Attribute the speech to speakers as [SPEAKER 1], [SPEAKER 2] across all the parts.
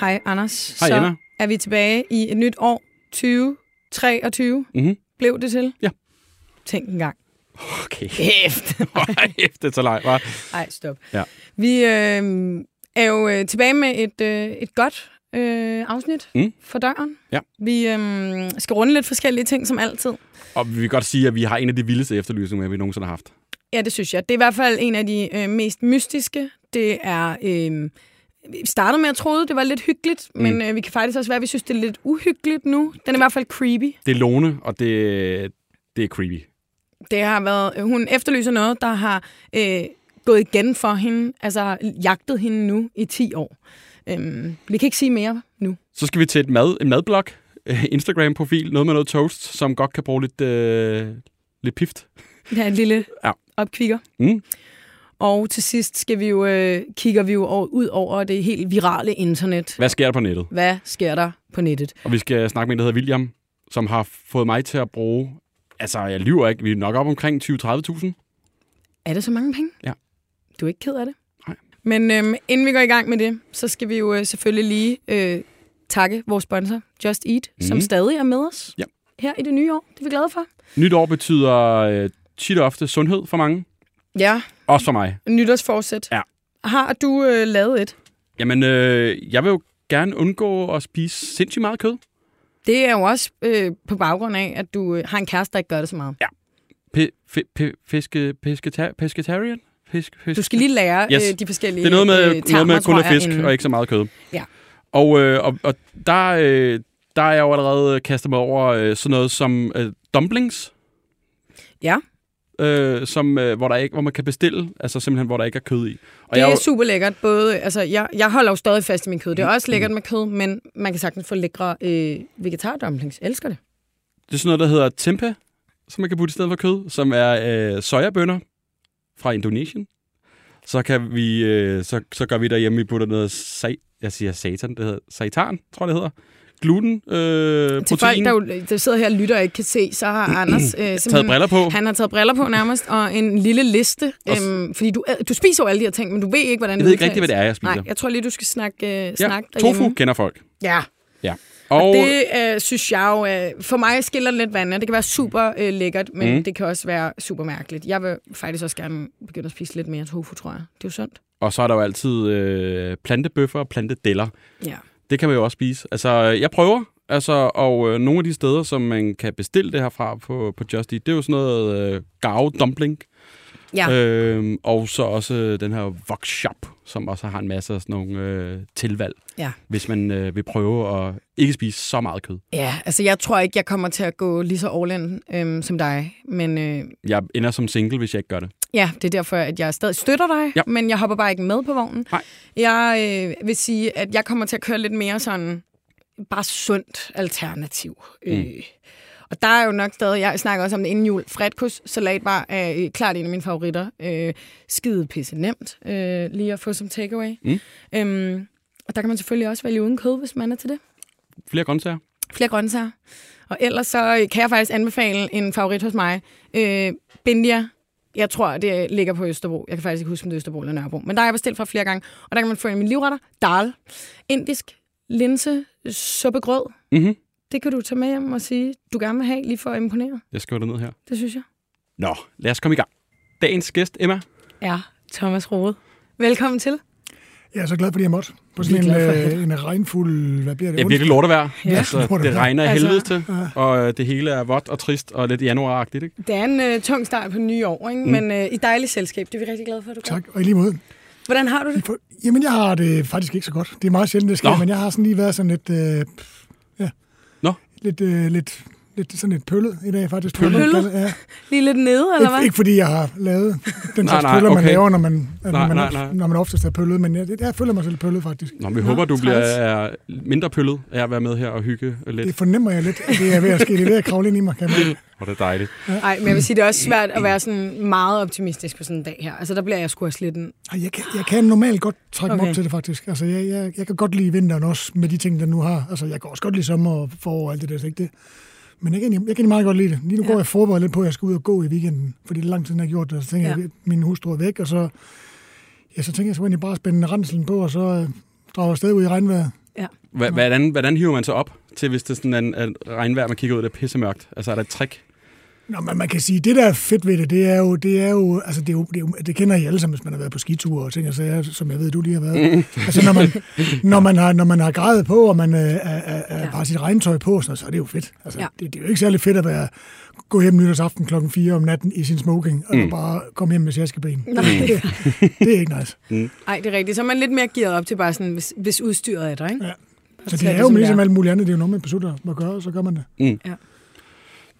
[SPEAKER 1] Hej Anders.
[SPEAKER 2] Hej,
[SPEAKER 1] så
[SPEAKER 2] Emma.
[SPEAKER 1] er vi tilbage i et nyt år, 2023.
[SPEAKER 2] Mhm.
[SPEAKER 1] Blev det til?
[SPEAKER 2] Ja.
[SPEAKER 1] Tænk en gang.
[SPEAKER 2] Okay.
[SPEAKER 1] Kæft.
[SPEAKER 2] Kæft, det er så leg, hva'?
[SPEAKER 1] Ej, stop.
[SPEAKER 2] Ja.
[SPEAKER 1] Vi øh, er jo øh, tilbage med et, øh, et godt øh, afsnit
[SPEAKER 2] Mm.
[SPEAKER 1] for døren.
[SPEAKER 2] Ja.
[SPEAKER 1] Vi øh, skal runde lidt forskellige ting som altid.
[SPEAKER 2] Og vi vil godt sige, at vi har en af de vildeste efterlysninger, vi nogensinde har haft.
[SPEAKER 1] Ja, det synes jeg. Det er i hvert fald en af de øh, mest mystiske. Det er... Øh, vi startede med at troede, det var lidt hyggeligt, mm. men øh, vi kan faktisk også være, at vi synes, det er lidt uhyggeligt nu. Den er i hvert fald creepy.
[SPEAKER 2] Det er Lone, og det, det er creepy.
[SPEAKER 1] Det har været, øh, hun efterlyser noget, der har øh, gået igen for hende, altså jagtet hende nu i 10 år. Øhm, vi kan ikke sige mere nu.
[SPEAKER 2] Så skal vi til et mad, en madblog, øh, Instagram-profil, noget med noget toast, som godt kan bruge lidt, øh, lidt pift.
[SPEAKER 1] Det er en lille
[SPEAKER 2] Ja.
[SPEAKER 1] ja. opkvikker.
[SPEAKER 2] Mm.
[SPEAKER 1] Og til sidst skal vi jo, øh, kigger vi jo over, ud over det helt virale internet.
[SPEAKER 2] Hvad sker der på nettet?
[SPEAKER 1] Hvad sker der på nettet?
[SPEAKER 2] Og vi skal snakke med en, der hedder William, som har fået mig til at bruge... Altså, jeg lyver ikke. Vi er nok op omkring 20-30.000.
[SPEAKER 1] Er det så mange penge?
[SPEAKER 2] Ja.
[SPEAKER 1] Du er ikke ked af det?
[SPEAKER 2] Nej.
[SPEAKER 1] Men øhm, inden vi går i gang med det, så skal vi jo øh, selvfølgelig lige øh, takke vores sponsor, Just Eat, mm. som
[SPEAKER 2] Mhm.
[SPEAKER 1] stadig er med os
[SPEAKER 2] Ja.
[SPEAKER 1] her i det nye år. Det er vi glade for.
[SPEAKER 2] Nyt år betyder øh, tit og ofte sundhed for mange.
[SPEAKER 1] Ja,
[SPEAKER 2] Også for mig.
[SPEAKER 1] nytårsforsæt.
[SPEAKER 2] Ja.
[SPEAKER 1] Har du øh, lavet et?
[SPEAKER 2] Jamen, øh, jeg vil jo gerne undgå at spise sindssygt meget kød.
[SPEAKER 1] Det er jo også øh, på baggrund af, at du øh, har en kæreste, der ikke gør det så meget.
[SPEAKER 2] Pe, fe, pe, fiske, pesketa, pescatarian? Fisk, fisk.
[SPEAKER 1] Du skal lige lære
[SPEAKER 2] Yes.
[SPEAKER 1] øh, de forskellige
[SPEAKER 2] det er noget med,
[SPEAKER 1] øh,
[SPEAKER 2] noget med
[SPEAKER 1] termer,
[SPEAKER 2] kun
[SPEAKER 1] tror
[SPEAKER 2] at
[SPEAKER 1] jeg,
[SPEAKER 2] fisk
[SPEAKER 1] inden.
[SPEAKER 2] og ikke så meget kød.
[SPEAKER 1] Ja.
[SPEAKER 2] Og, øh, og, og der, øh, der er jeg jo allerede kastet mig over øh, sådan noget som øh, dumplings.
[SPEAKER 1] Ja.
[SPEAKER 2] Øh, som, øh, hvor, der ikke, hvor man kan bestille, altså simpelthen, hvor der ikke er kød i. Og
[SPEAKER 1] Det
[SPEAKER 2] jeg,
[SPEAKER 1] er
[SPEAKER 2] jo- Mm.
[SPEAKER 1] super lækkert. Både, altså, jeg, jeg holder jo stadig fast i min kød. Det er også lækkert med kød, men man kan sagtens få lækre øh, vegetardumplings. Jeg elsker det.
[SPEAKER 2] Det er sådan noget, der hedder tempeh, som man kan putte i stedet for kød, som er øh, sojabønner fra Indonesien. Så, kan vi, øh, så, så gør vi derhjemme, vi putter noget, sa- jeg siger satan, det hedder seitan, tror jeg, det hedder. Gluten,
[SPEAKER 1] Til
[SPEAKER 2] øh, protein,
[SPEAKER 1] folk, der, jo, der sidder her og lytter og ikke kan se, så har Anders øh,
[SPEAKER 2] taget
[SPEAKER 1] simpelthen...
[SPEAKER 2] briller på.
[SPEAKER 1] Han har taget briller på nærmest, og en lille liste.
[SPEAKER 2] Og s-
[SPEAKER 1] Øhm, fordi du, du spiser jo alle de her ting, men du ved ikke, hvordan
[SPEAKER 2] Jeg ved ikke rigtig, hvad det er, jeg spiser.
[SPEAKER 1] Nej, jeg tror lige, du skal snakke, øh,
[SPEAKER 2] Ja,
[SPEAKER 1] snakke derhjemme.
[SPEAKER 2] tofu kender folk.
[SPEAKER 1] Ja,
[SPEAKER 2] Og,
[SPEAKER 1] og det øh, synes jeg jo, øh, for mig skiller det lidt vandene. Det kan være super øh, lækkert, men
[SPEAKER 2] Mm.
[SPEAKER 1] mm. det kan også være super mærkeligt. Jeg vil faktisk også gerne begynde at spise lidt mere tofu, tror jeg. Det er jo sundt.
[SPEAKER 2] og så er der jo altid øh, plantebøffer og plantedeller.
[SPEAKER 1] Ja.
[SPEAKER 2] Det kan man jo også spise. Altså, jeg prøver, altså, og øh, nogle af de steder, som man kan bestille det her fra på, på Just Eat, det er jo sådan noget øh, gave dumpling.
[SPEAKER 1] ja. Øh.
[SPEAKER 2] Øhm, og så også den her Vox Shop, som også har en masse af sådan nogle øh, tilvalg,
[SPEAKER 1] Ja.
[SPEAKER 2] hvis man øh, vil prøve at ikke spise så meget kød.
[SPEAKER 1] ja, altså jeg tror ikke, jeg kommer til at gå lige så all in øhm, som dig. Men øh,
[SPEAKER 2] Jeg ender som single, hvis jeg ikke gør det.
[SPEAKER 1] ja, det er derfor, at jeg stadig støtter dig,
[SPEAKER 2] Ja.
[SPEAKER 1] men jeg hopper bare ikke med på vognen.
[SPEAKER 2] Nej.
[SPEAKER 1] Jeg øh, vil sige, at jeg kommer til at køre lidt mere sådan bare sundt alternativ. Mm. Øh, og der er jo nok stadig, jeg snakker også om det inden jul, fredkus, salatbar er øh, klart en af mine favoritter. Øh, skide pisse nemt øh, lige at få som takeaway.
[SPEAKER 2] Mm.
[SPEAKER 1] Øhm, og der kan man selvfølgelig også vælge uden kød, hvis man er til det.
[SPEAKER 2] Flere grøntsager.
[SPEAKER 1] flere grøntsager. Og ellers så øh, kan jeg faktisk anbefale en favorit hos mig. Øh, Bindia. Jeg tror, det ligger på Østerbro. Jeg kan faktisk ikke huske, om det er Østerbro eller Nørrebro. Men der har jeg bestilt fra flere gange. Og der kan man få en af mine livretter. Dal. Indisk. Linse. Suppegrød.
[SPEAKER 2] Mm-hmm.
[SPEAKER 1] Det kan du tage med hjem og sige, du gerne vil have, lige for at imponere.
[SPEAKER 2] Jeg skriver det ned her.
[SPEAKER 1] Det synes jeg.
[SPEAKER 2] Nå, lad os komme i gang. Dagens gæst, Emma.
[SPEAKER 1] Ja, Thomas Rode. Velkommen til.
[SPEAKER 3] Jeg er så glad, fordi jeg måtte.
[SPEAKER 1] Vi er
[SPEAKER 3] På sådan en,
[SPEAKER 1] glade for at have
[SPEAKER 3] øh, en regnfuld... Hvad bliver det?
[SPEAKER 2] Det er virkelig lortevejr.
[SPEAKER 1] Ja.
[SPEAKER 2] Altså, det
[SPEAKER 3] Lortevejr.
[SPEAKER 2] regner af
[SPEAKER 1] Altså-
[SPEAKER 2] helvede til, og øh, det hele er vådt og trist og lidt januaragtigt. Ikke?
[SPEAKER 1] Det er en øh, tung start på det nye år, ikke? Mm. men øh, i dejligt selskab. Det er vi rigtig glade for, at du gør.
[SPEAKER 3] Tak, og i lige måde.
[SPEAKER 1] Hvordan har du det?
[SPEAKER 3] For, jamen, jeg har det faktisk ikke så godt. Det er meget sjældent, det sker,
[SPEAKER 2] Nå.
[SPEAKER 3] Nå. men jeg har sådan lige været sådan lidt... Øh, pff, ja.
[SPEAKER 2] Nå.
[SPEAKER 3] Lidt, øh, lidt, lidt sådan lidt pøllet i dag, faktisk.
[SPEAKER 2] Pøllet?
[SPEAKER 3] Tror jeg, man kalder det. Ja.
[SPEAKER 1] Lige lidt nede, eller
[SPEAKER 3] Ikke,
[SPEAKER 1] hvad?
[SPEAKER 3] ikke, fordi jeg har lavet den
[SPEAKER 2] Nej,
[SPEAKER 3] slags
[SPEAKER 2] nej,
[SPEAKER 3] pøller, man
[SPEAKER 2] okay.
[SPEAKER 3] laver, når man,
[SPEAKER 2] Nej,
[SPEAKER 3] nej, når, man
[SPEAKER 2] nej,
[SPEAKER 3] nej,
[SPEAKER 2] nej.
[SPEAKER 3] når man oftest er pøllet. Men jeg, jeg føler mig selv pøllet, faktisk.
[SPEAKER 2] Nå, men vi Nå, håber, du
[SPEAKER 1] træls.
[SPEAKER 2] bliver er mindre pøllet af at være med her og hygge lidt.
[SPEAKER 3] Det fornemmer jeg lidt, at det er ved at ske. Det er ved at kravle ind i mig, kan man.
[SPEAKER 2] Og det er dejligt.
[SPEAKER 1] Nej, men jeg vil sige, det er også svært at være sådan meget optimistisk på sådan en dag her. Altså, der bliver jeg sgu også lidt en...
[SPEAKER 3] Ej, Jeg kan, jeg kan normalt godt trække okay.
[SPEAKER 1] Okay.
[SPEAKER 3] mig op til det, faktisk. Altså, jeg, jeg, jeg kan godt lide vinteren også, med de ting, der nu har. Altså, jeg kan også godt lide sommer og forår og alt det der, så ikke det. Men jeg kan, egentlig- jeg kan egentlig meget godt lide det. Lige nu ja. går jeg forberedt lidt på, at jeg skal ud og gå i weekenden, fordi det er lang tid, siden, jeg har gjort det. Og så tænker
[SPEAKER 1] Ja.
[SPEAKER 3] ja. jeg, at min hustru er væk, og så, ja, så tænker jeg, så må jeg egentlig bare spænde renselen på, og så øh, drage afsted ud i regnvejr.
[SPEAKER 1] Ja.
[SPEAKER 2] Hva- Hvordan, hvordan hiver man sig op til, hvis det er sådan en, en regnvejr, man kigger ud, det er pissemørkt? Altså, er der et trick?
[SPEAKER 3] Nå, men man kan sige, det der er fedt ved det, det er jo, det er jo, altså det, er jo, det, er jo, det kender I alle sammen, hvis man har været på skiture og ting og sager, som jeg ved, du lige har været. Mm. Altså når man, når, man har, når man har grejet på, og man øh, er, er, er, har sit regntøj på, sådan, noget, så er det jo fedt. Altså,
[SPEAKER 1] Ja.
[SPEAKER 3] ja. det, det, er jo ikke særlig fedt at være, gå hjem nytårsaften klokken 4 om natten i sin smoking, og mm. bare komme hjem med sjaskeben.
[SPEAKER 1] Nej.
[SPEAKER 3] Det, det er ikke nice.
[SPEAKER 1] Ej, Mm. det er rigtigt. Så er man lidt mere gearet op til bare sådan, hvis, hvis udstyret er der, ikke?
[SPEAKER 3] Ja. Så
[SPEAKER 1] Så
[SPEAKER 3] det
[SPEAKER 1] er
[SPEAKER 3] er
[SPEAKER 1] det,
[SPEAKER 3] jo
[SPEAKER 1] som det
[SPEAKER 3] ligesom
[SPEAKER 1] er.
[SPEAKER 3] alt muligt andet, det er jo noget, man beslutter at gøre, og så gør man det.
[SPEAKER 2] Mm.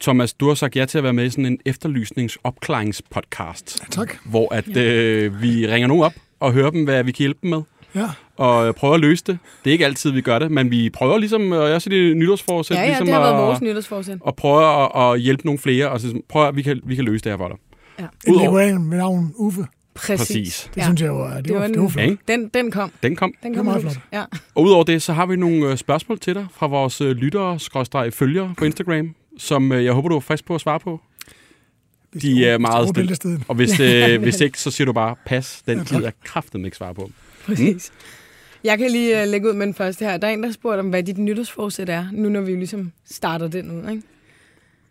[SPEAKER 2] Thomas, du har sagt ja til at være med i sådan en efterlysningsopklaringspodcast,
[SPEAKER 3] Tak.
[SPEAKER 2] hvor at øh, vi ringer nogen op og hører dem, hvad vi kan hjælpe dem med,
[SPEAKER 3] Ja.
[SPEAKER 2] og øh, prøver at løse det. Det er ikke altid, vi gør det, men vi prøver ligesom, og også i det nytårsforsæt,
[SPEAKER 1] Ja, ja,
[SPEAKER 2] ligesom
[SPEAKER 1] det har været
[SPEAKER 2] at,
[SPEAKER 1] vores nytårsforsæt.
[SPEAKER 2] og prøver at, at hjælpe nogle flere, og så ligesom, prøv at, vi kan, vi kan løse det her for dig.
[SPEAKER 1] Ja.
[SPEAKER 3] En
[SPEAKER 2] Udover-
[SPEAKER 3] leguan med navn Uffe. Det
[SPEAKER 1] Præcis.
[SPEAKER 2] Præcis.
[SPEAKER 1] Ja.
[SPEAKER 3] synes jeg jo, er- det, det var,
[SPEAKER 1] var en-
[SPEAKER 3] det var flot.
[SPEAKER 2] Ja, ikke?
[SPEAKER 1] Den, den kom.
[SPEAKER 2] Den kom.
[SPEAKER 1] Den
[SPEAKER 3] var
[SPEAKER 1] kom
[SPEAKER 3] meget
[SPEAKER 1] ud.
[SPEAKER 3] flot.
[SPEAKER 1] Ja.
[SPEAKER 2] Og udover det, så har vi nogle øh, spørgsmål til dig fra vores øh, lyttere, skråstreg følgere på Instagram, som øh, jeg håber, du er frisk på at svare på.
[SPEAKER 3] Hvis
[SPEAKER 2] De
[SPEAKER 3] det var-
[SPEAKER 2] er meget
[SPEAKER 3] hvis det var
[SPEAKER 2] stille.
[SPEAKER 3] bæltestedet.
[SPEAKER 2] Og hvis, øh, hvis ikke, så siger du bare, pas, den
[SPEAKER 3] Ja, tak.
[SPEAKER 2] tid jeg kraften ikke svare på.
[SPEAKER 1] Præcis. Jeg kan lige uh, lægge ud med den første her. Der er en, der spurgte om, hvad dit nytårsforsæt er, nu når vi jo ligesom starter den ud. Ikke?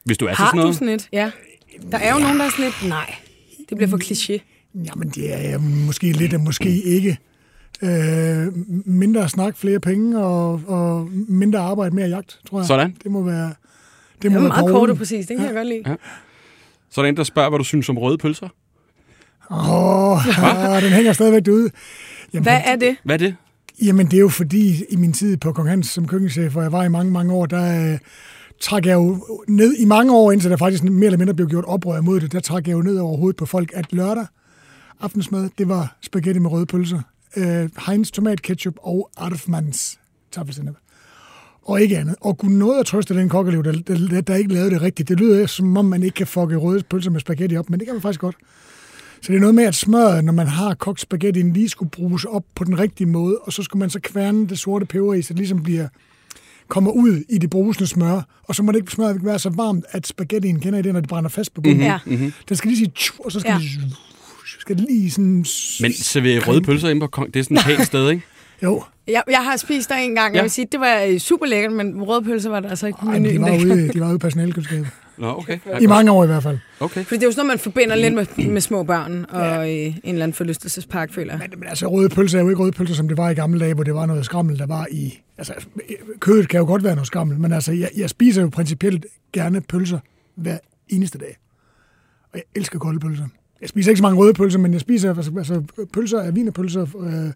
[SPEAKER 2] Hvis du er til
[SPEAKER 1] Har
[SPEAKER 2] Altså sådan
[SPEAKER 1] du
[SPEAKER 2] noget.
[SPEAKER 1] sådan et? Ja. Der er jo nogen, der er sådan et, nej, det bliver for kliché.
[SPEAKER 3] Jamen, Mm. det er øh, måske lidt og måske ikke. Øh, mindre snak, flere penge og, og mindre arbejde, mere jagt, tror jeg.
[SPEAKER 2] Sådan.
[SPEAKER 3] Det må være... Det
[SPEAKER 1] Det
[SPEAKER 3] må
[SPEAKER 1] var
[SPEAKER 3] være
[SPEAKER 1] meget
[SPEAKER 3] borgerlig.
[SPEAKER 1] kort og præcis, den kan jeg godt lide.
[SPEAKER 2] Så er der en, der spørger, hvad du synes om røde pølser.
[SPEAKER 3] Åh, oh, den hænger stadigvæk derude. Jamen,
[SPEAKER 1] Hvad er det?
[SPEAKER 2] Hvad er det?
[SPEAKER 3] Jamen, det er jo fordi, i min tid på Kong Hans som køkkenchef, hvor jeg var i mange, mange år, der øh, trak jeg jo ned i mange år, indtil der faktisk mere eller mindre blev gjort oprør mod det, der trak jeg jo ned over hovedet på folk, at lørdag aftensmad, det var spaghetti med røde pølser, øh, Heinz tomatketchup og Arfmans tafelsenep. Og ikke andet. Og kunne noget at trøste den kokkelev, der, der, der, ikke lavede det rigtigt. Det lyder som om, man ikke kan fucke røde pølser med spaghetti op, men det kan man faktisk godt. Så det er noget med, at smøret, når man har kogt spaghettien, lige skulle bruges op på den rigtige måde, og så skulle man så kværne det sorte peber i, så det ligesom bliver, kommer ud i det brusende smør, og så må det ikke smøret ikke være så varmt, at spaghettien kender I det, når det brænder fast på bunden.
[SPEAKER 1] Ja.
[SPEAKER 3] Den skal lige sige, tju, og så skal,
[SPEAKER 1] Ja.
[SPEAKER 3] ja. det, skal det lige sådan... s-
[SPEAKER 2] Men serverer røde pølser ind på kong, det er sådan et pænt sted, ikke?
[SPEAKER 3] Jo,
[SPEAKER 1] Jeg, jeg har spist der en gang, og
[SPEAKER 2] Ja.
[SPEAKER 1] jeg vil sige, det var øh, super lækkert, men rødpølser var der altså ikke på
[SPEAKER 3] Ej, men de
[SPEAKER 1] menuen.
[SPEAKER 3] var
[SPEAKER 1] dengang.
[SPEAKER 3] ude, de var ude i personalkundskabet.
[SPEAKER 2] Nå, okay.
[SPEAKER 3] I mange år i hvert fald.
[SPEAKER 2] Okay.
[SPEAKER 1] Fordi det er jo sådan noget, man forbinder lidt med, med små børn og Mm. ja. en eller anden forlystelsespark, føler jeg.
[SPEAKER 3] Men, men altså, røde pølser er jo ikke røde pølser, som det var i gamle dage, hvor det var noget skrammel, der var i... Altså, kødet kan jo godt være noget skrammel, men altså, jeg, jeg spiser jo principielt gerne pølser hver eneste dag. Og jeg elsker kolde pølser. Jeg spiser ikke så mange røde pølser, men jeg spiser altså, altså pølser af vinerpølser, øh,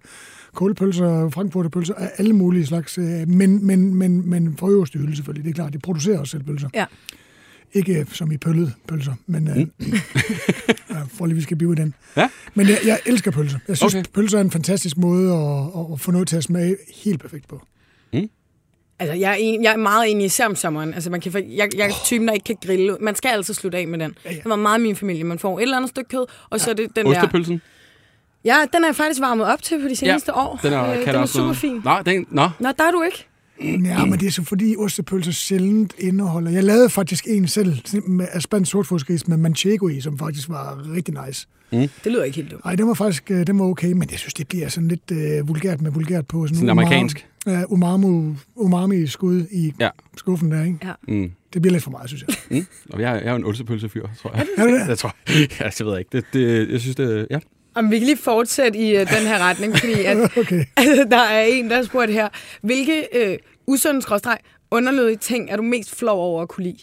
[SPEAKER 3] kålpølser, frankfurterpølser, af alle mulige slags. Øh, men, men, men, men for øverste hylde selvfølgelig, det er klart. De producerer også selv pølser.
[SPEAKER 1] Ja.
[SPEAKER 3] Ikke øh, som i pøllede pølser, men øh, ja, for lige vi skal blive i den.
[SPEAKER 2] Ja.
[SPEAKER 3] Men jeg, jeg elsker pølser. Jeg synes,
[SPEAKER 2] Okay.
[SPEAKER 3] okay. pølser er en fantastisk måde at, at, at få noget til at smage helt perfekt på.
[SPEAKER 1] Altså, jeg er, en, jeg er meget enig, især om sommeren. Altså, man kan, fa- jeg, jeg er typen, der ikke kan grille. Man skal altid slutte af med den.
[SPEAKER 3] ja.
[SPEAKER 1] Det var meget min familie. Man får et eller andet stykke kød, og så er det den der...
[SPEAKER 2] Ostepølsen?
[SPEAKER 1] Ja, den er jeg faktisk varmet op til på de seneste år.
[SPEAKER 2] Den er,
[SPEAKER 1] Øh,
[SPEAKER 2] kan
[SPEAKER 1] den
[SPEAKER 2] der
[SPEAKER 1] er
[SPEAKER 2] også
[SPEAKER 1] super
[SPEAKER 2] noget-
[SPEAKER 1] fin.
[SPEAKER 2] Nej, den, nå.
[SPEAKER 1] Nå, der er du ikke.
[SPEAKER 3] Ja, men det er så fordi ostepølser sjældent indeholder. Jeg lavede faktisk en selv med af spansk sortfodsgris med manchego i, som faktisk var rigtig nice.
[SPEAKER 1] Det lyder ikke helt dumt.
[SPEAKER 3] Nej, den var faktisk øh, den var okay, men jeg synes, det bliver sådan lidt øh, vulgært med vulgært på. Sådan,
[SPEAKER 2] Sådan
[SPEAKER 3] umami-
[SPEAKER 2] amerikansk.
[SPEAKER 3] Ja, umami, umami-skud i
[SPEAKER 2] Ja.
[SPEAKER 3] ja. skuffen der, ikke?
[SPEAKER 1] Ja.
[SPEAKER 2] Mm.
[SPEAKER 3] Det bliver lidt for meget, synes jeg.
[SPEAKER 2] Mm. Nå, Jeg, er- jeg er jo en ostepølsefyr, tror jeg.
[SPEAKER 3] Er det det?
[SPEAKER 2] Jeg tror, jeg, jeg ved jeg ikke. Det, det, jeg synes, det ja.
[SPEAKER 1] Om vi kan lige fortsætte i øh, den her retning, fordi at,
[SPEAKER 3] Okay.
[SPEAKER 1] der er en, der har spurgt her. Hvilke øh, usunde skråstreg, underlødige ting er du mest flov over at kunne lide?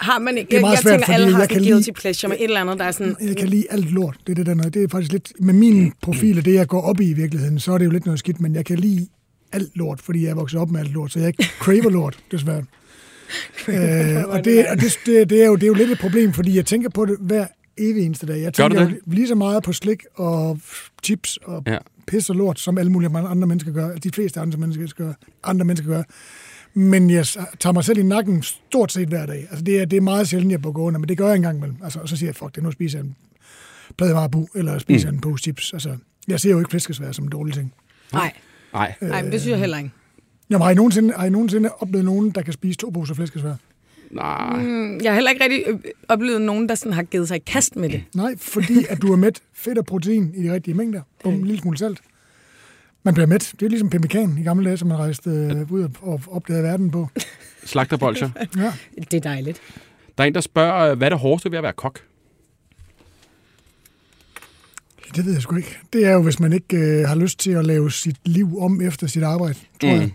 [SPEAKER 1] Har man ikke?
[SPEAKER 3] Det er meget
[SPEAKER 1] jeg, jeg
[SPEAKER 3] svært,
[SPEAKER 1] tænker,
[SPEAKER 3] fordi
[SPEAKER 1] alle har
[SPEAKER 3] jeg
[SPEAKER 1] sådan
[SPEAKER 3] kan
[SPEAKER 1] guilty
[SPEAKER 3] lide-
[SPEAKER 1] pleasure med et eller andet, der er sådan...
[SPEAKER 3] Jeg kan lide alt lort. Det er det der noget. Det er faktisk lidt... Med min profil og det, jeg går op i i virkeligheden, så er det jo lidt noget skidt, men jeg kan lide alt lort, fordi jeg er vokset op med alt lort, så jeg craver lort, desværre. øh, og det, og det, det, det, er jo, det er jo lidt et problem, fordi jeg tænker på det hver evig eneste dag. Jeg
[SPEAKER 2] Gør du
[SPEAKER 3] tænker
[SPEAKER 2] det?
[SPEAKER 3] jo lige så meget på slik og chips og
[SPEAKER 2] Ja.
[SPEAKER 3] ja. pis og lort, som alle mulige andre mennesker gør. De fleste andre mennesker gør. Andre mennesker gør. Men jeg s- tager mig selv i nakken stort set hver dag. Altså det, er, det er meget sjældent, jeg går under, men det gør jeg engang imellem. Altså, og så siger jeg, fuck det, nu spiser jeg en pladevarabu, eller spiser mm. en pose chips. Altså, jeg ser jo ikke flæskesvær som en dårlig ting.
[SPEAKER 1] Nej,
[SPEAKER 2] Nej.
[SPEAKER 1] nej, men det synes jeg heller ikke.
[SPEAKER 3] Jamen, har I nogensinde, har I nogensinde oplevet nogen, der kan spise to poser flæskesvær?
[SPEAKER 2] Nej.
[SPEAKER 1] Mm, Jeg har heller ikke rigtig øh, oplevet nogen, der sådan har givet sig i kast med det.
[SPEAKER 3] Nej, fordi at du er mæt fedt og protein i de rigtige mængder. Bum, en lille smule salt. Man bliver mæt. Det er ligesom pemmikan i gamle dage, som man rejste øh, ud og og opdagede verden på.
[SPEAKER 2] Slagterbolcher.
[SPEAKER 3] Ja.
[SPEAKER 1] Det er dejligt.
[SPEAKER 2] Der er en, der spørger, øh, hvad er det hårdeste ved at være kok?
[SPEAKER 3] Det ved jeg sgu ikke. Det er jo, hvis man ikke øh, har lyst til at lave sit liv om efter sit arbejde, tror mm. jeg.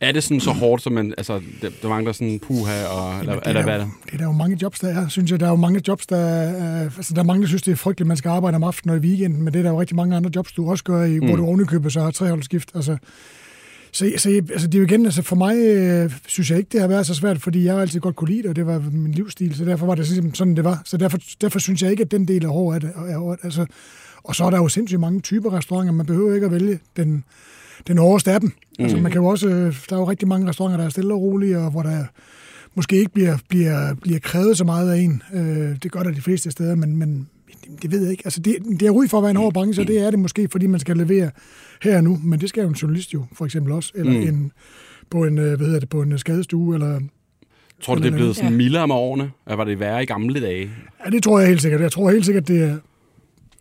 [SPEAKER 2] Er det sådan så hårdt, som man... Altså, der, der mangler sådan puha, og, eller,
[SPEAKER 3] Jamen,
[SPEAKER 2] eller
[SPEAKER 3] jo-
[SPEAKER 2] hvad er det?
[SPEAKER 3] Det er der jo mange jobs, der er, synes jeg. Der er jo mange jobs, der er, øh, altså, der er mange, der synes, det er frygteligt, man skal arbejde om aftenen og i weekenden, men det er der jo rigtig mange andre jobs, du også gør, i, mm. hvor du ovenikøbet så har treholdsskift. Altså, så, så altså, det er jo igen, altså for mig øh, synes jeg ikke, det har været så svært, fordi jeg har altid godt kunne lide det, og det var min livsstil, så derfor var det ligesom sådan, det var. Så derfor, derfor synes jeg ikke, at den del er hård af det. Er, hård. altså, og så er der jo sindssygt mange typer restauranter, man behøver ikke at vælge den, den hårdeste af dem. Mm. Altså, man kan jo også, øh, der er jo rigtig mange restauranter, der er stille og rolige, og hvor der måske ikke bliver, bliver, bliver krævet så meget af en. Øh, det gør der de fleste steder, men, men det ved jeg ikke. Altså, det, det er ud for at være en hård branche, og det er det måske, fordi man skal levere her og nu, men det skal jo en journalist jo, for eksempel også, eller mm. en, på en, øh, hvad hedder det, på en øh, skadestue, eller...
[SPEAKER 2] Tror du, det er blevet sådan
[SPEAKER 1] Ja.
[SPEAKER 2] mildere med årene? Eller var det værre i gamle dage?
[SPEAKER 3] Ja, det tror jeg helt sikkert. Jeg tror helt sikkert, det er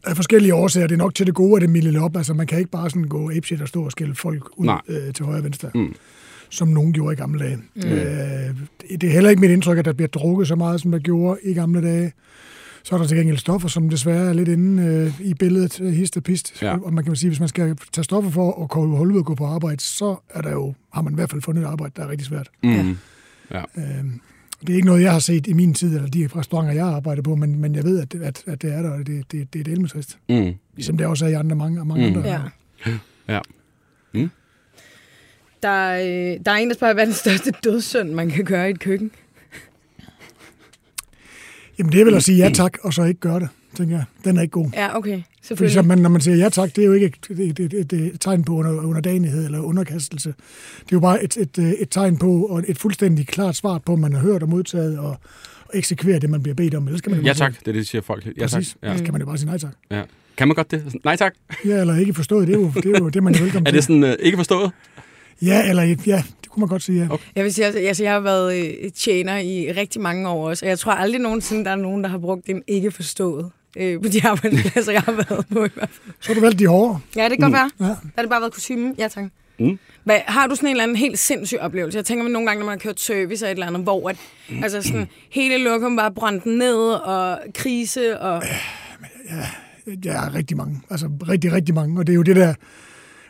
[SPEAKER 3] af forskellige årsager. Det er nok til det gode, at det milder op. Altså, man kan ikke bare sådan gå apeshit og stå og skælde folk ud
[SPEAKER 2] Nej.
[SPEAKER 3] øh, til højre og venstre, mm. som nogen gjorde i gamle dage. Mm. Øh, det er heller ikke mit indtryk, at der bliver drukket så meget, som der gjorde i gamle dage. Så er der til gengæld stoffer, som desværre er lidt inde øh, i billedet øh, hist og pist.
[SPEAKER 2] Ja.
[SPEAKER 3] Ja. Og man kan jo sige, hvis man skal tage stoffer for at kunne holde ud og gå på arbejde, så er der jo, har man i hvert fald fundet et arbejde, der er rigtig svært. Øh,
[SPEAKER 2] Mm.
[SPEAKER 1] Ja.
[SPEAKER 2] Ja.
[SPEAKER 3] Det er ikke noget, jeg har set i min tid, eller de restauranter, jeg har arbejdet på, men, men jeg ved, at, at, at det er der, og det, det, det er et elmetrist.
[SPEAKER 2] Mm.
[SPEAKER 3] Ligesom det også er i andre mange, mange
[SPEAKER 2] Mm.
[SPEAKER 3] mm. andre.
[SPEAKER 1] Ja.
[SPEAKER 2] ja.
[SPEAKER 1] Der, er, øh, der er en, der spørger, hvad er den største dødssynd, man kan gøre i et køkken?
[SPEAKER 3] Jamen det er vel
[SPEAKER 2] Mm.
[SPEAKER 3] at sige ja tak, og så ikke gøre det, tænker jeg. Den er ikke god.
[SPEAKER 1] Ja, okay.
[SPEAKER 3] Fordi
[SPEAKER 1] Selvfølgelig.
[SPEAKER 3] så man, når man siger ja tak, det er jo ikke et, et, et, et, et tegn på under, underdanighed eller underkastelse. Det er jo bare et, et, øh, et tegn på, og et fuldstændig klart svar på, at man har hørt og modtaget, og, og eksekverer det, man bliver bedt om. Ellers kan man jo
[SPEAKER 2] ja
[SPEAKER 3] bare
[SPEAKER 2] tak,
[SPEAKER 3] sige-
[SPEAKER 2] det er det, de siger folk. Ja, tak.
[SPEAKER 3] Præcis.
[SPEAKER 2] Ja.
[SPEAKER 3] Ellers kan man jo bare sige nej tak.
[SPEAKER 2] Ja. Kan man godt det? Nej tak.
[SPEAKER 3] Ja, eller ikke forstået, det er jo det, er jo, det man er velkommen
[SPEAKER 2] Er det
[SPEAKER 3] til.
[SPEAKER 2] sådan øh, ikke forstået?
[SPEAKER 3] Ja, eller ja, det kunne man godt sige ja.
[SPEAKER 1] Jeg vil sige, altså, altså, jeg har været øh, tjener i rigtig mange år også, og jeg tror aldrig nogensinde, der er nogen, der har brugt en ikke forstået øh, på de arbejdspladser, jeg har været på i hvert fald.
[SPEAKER 3] Så har du valgt de hårde.
[SPEAKER 1] Ja, det kan godt være.
[SPEAKER 3] Ja.
[SPEAKER 1] Der har det bare været kutume. Ja, tak.
[SPEAKER 2] Mm.
[SPEAKER 1] Hvad, har du sådan en eller anden helt sindssyg oplevelse? Jeg tænker mig nogle gange, når man har kørt service og et eller andet, hvor at, altså sådan, hele lokum bare brændte ned, og krise, og
[SPEAKER 3] Ja, rigtig mange. Altså rigtig, rigtig mange. Og det er jo det der...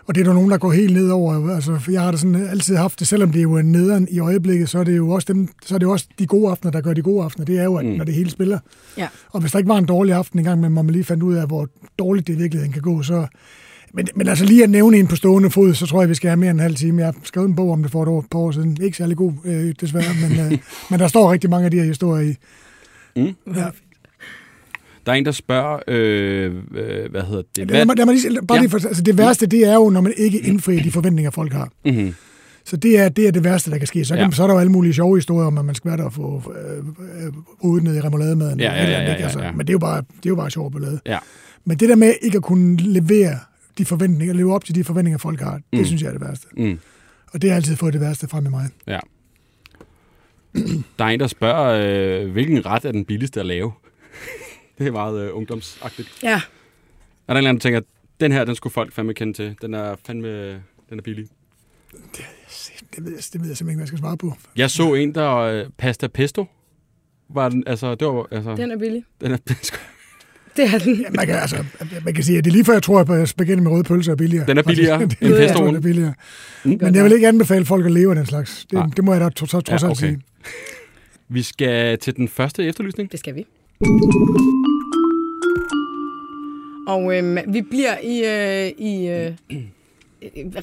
[SPEAKER 3] Og det er der nogen, der går helt ned over. Altså, for jeg har da sådan altid haft det, selvom det jo er nederen i øjeblikket, så er det jo også, dem, så er det jo også de gode aftener, der gør de gode aftener. Det er jo, at, mm. når det hele spiller.
[SPEAKER 1] ja.
[SPEAKER 3] Og hvis der ikke var en dårlig aften engang, men hvor man lige fandt ud af, hvor dårligt det i virkeligheden kan gå, så... Men, men altså lige at nævne en på stående fod, så tror jeg, vi skal have mere end en halv time. Jeg skrev en bog om det for et år, par år siden. Ikke særlig god, øh, desværre, men, øh, men der står rigtig mange af de her historier i.
[SPEAKER 2] Der er en, der spørger, øh, øh, hvad hedder det?
[SPEAKER 3] Lad
[SPEAKER 2] Hvad?
[SPEAKER 3] mig, lad mig lige,
[SPEAKER 2] Ja.
[SPEAKER 3] bare ja. lige for, altså det værste, det er jo, når man ikke indfrier de forventninger, folk har.
[SPEAKER 2] Mm-hmm.
[SPEAKER 3] Så det er det, er det værste, der kan ske. Så, kan,
[SPEAKER 2] Ja.
[SPEAKER 3] ja. så er der jo alle mulige sjove historier om, at man skal være der og få øh, øh, hovedet ned i remoulade
[SPEAKER 2] Ja, ja, ja, ja, ja, ja.
[SPEAKER 3] Altså, Men det er jo bare, det er jo bare sjov ballade.
[SPEAKER 2] Ja.
[SPEAKER 3] Men det der med ikke at kunne levere de forventninger, leve op til de forventninger, folk har, det synes jeg er det værste.
[SPEAKER 2] Mm.
[SPEAKER 3] Og det har altid fået det værste frem i mig.
[SPEAKER 2] ja. Der er en, der spørger, øh, hvilken ret er den billigste at lave? det er meget øh, ungdomsagtigt.
[SPEAKER 1] ja.
[SPEAKER 2] Er der en eller anden, der tænker, den her, den skulle folk fandme kende til. Den er fandme, den er billig.
[SPEAKER 3] Det ved, jeg, det ved jeg simpelthen ikke, hvad jeg skal svare på.
[SPEAKER 2] Jeg så en, der øh, pasta pesto. Var den, altså, det var, altså, den,
[SPEAKER 1] Den er billig.
[SPEAKER 2] den er, den er, sgu-
[SPEAKER 1] Det er den.
[SPEAKER 3] Ja, man, kan, altså, man kan sige, at det er lige før, jeg tror, at spaghetti med røde pølser er billigere.
[SPEAKER 2] Den er billigere
[SPEAKER 3] Faktisk.
[SPEAKER 2] end
[SPEAKER 3] Det er-
[SPEAKER 2] pestoen.
[SPEAKER 3] den er billigere.
[SPEAKER 2] Mm.
[SPEAKER 3] Men jeg vil ikke anbefale folk at leve af den slags.
[SPEAKER 2] Nej.
[SPEAKER 3] Det, det må jeg da tro- så trods
[SPEAKER 2] Ja,
[SPEAKER 3] alt
[SPEAKER 2] okay.
[SPEAKER 3] sige.
[SPEAKER 2] vi skal til den første efterlysning.
[SPEAKER 1] Det skal vi. Og øhm, vi bliver i, øh, i øh,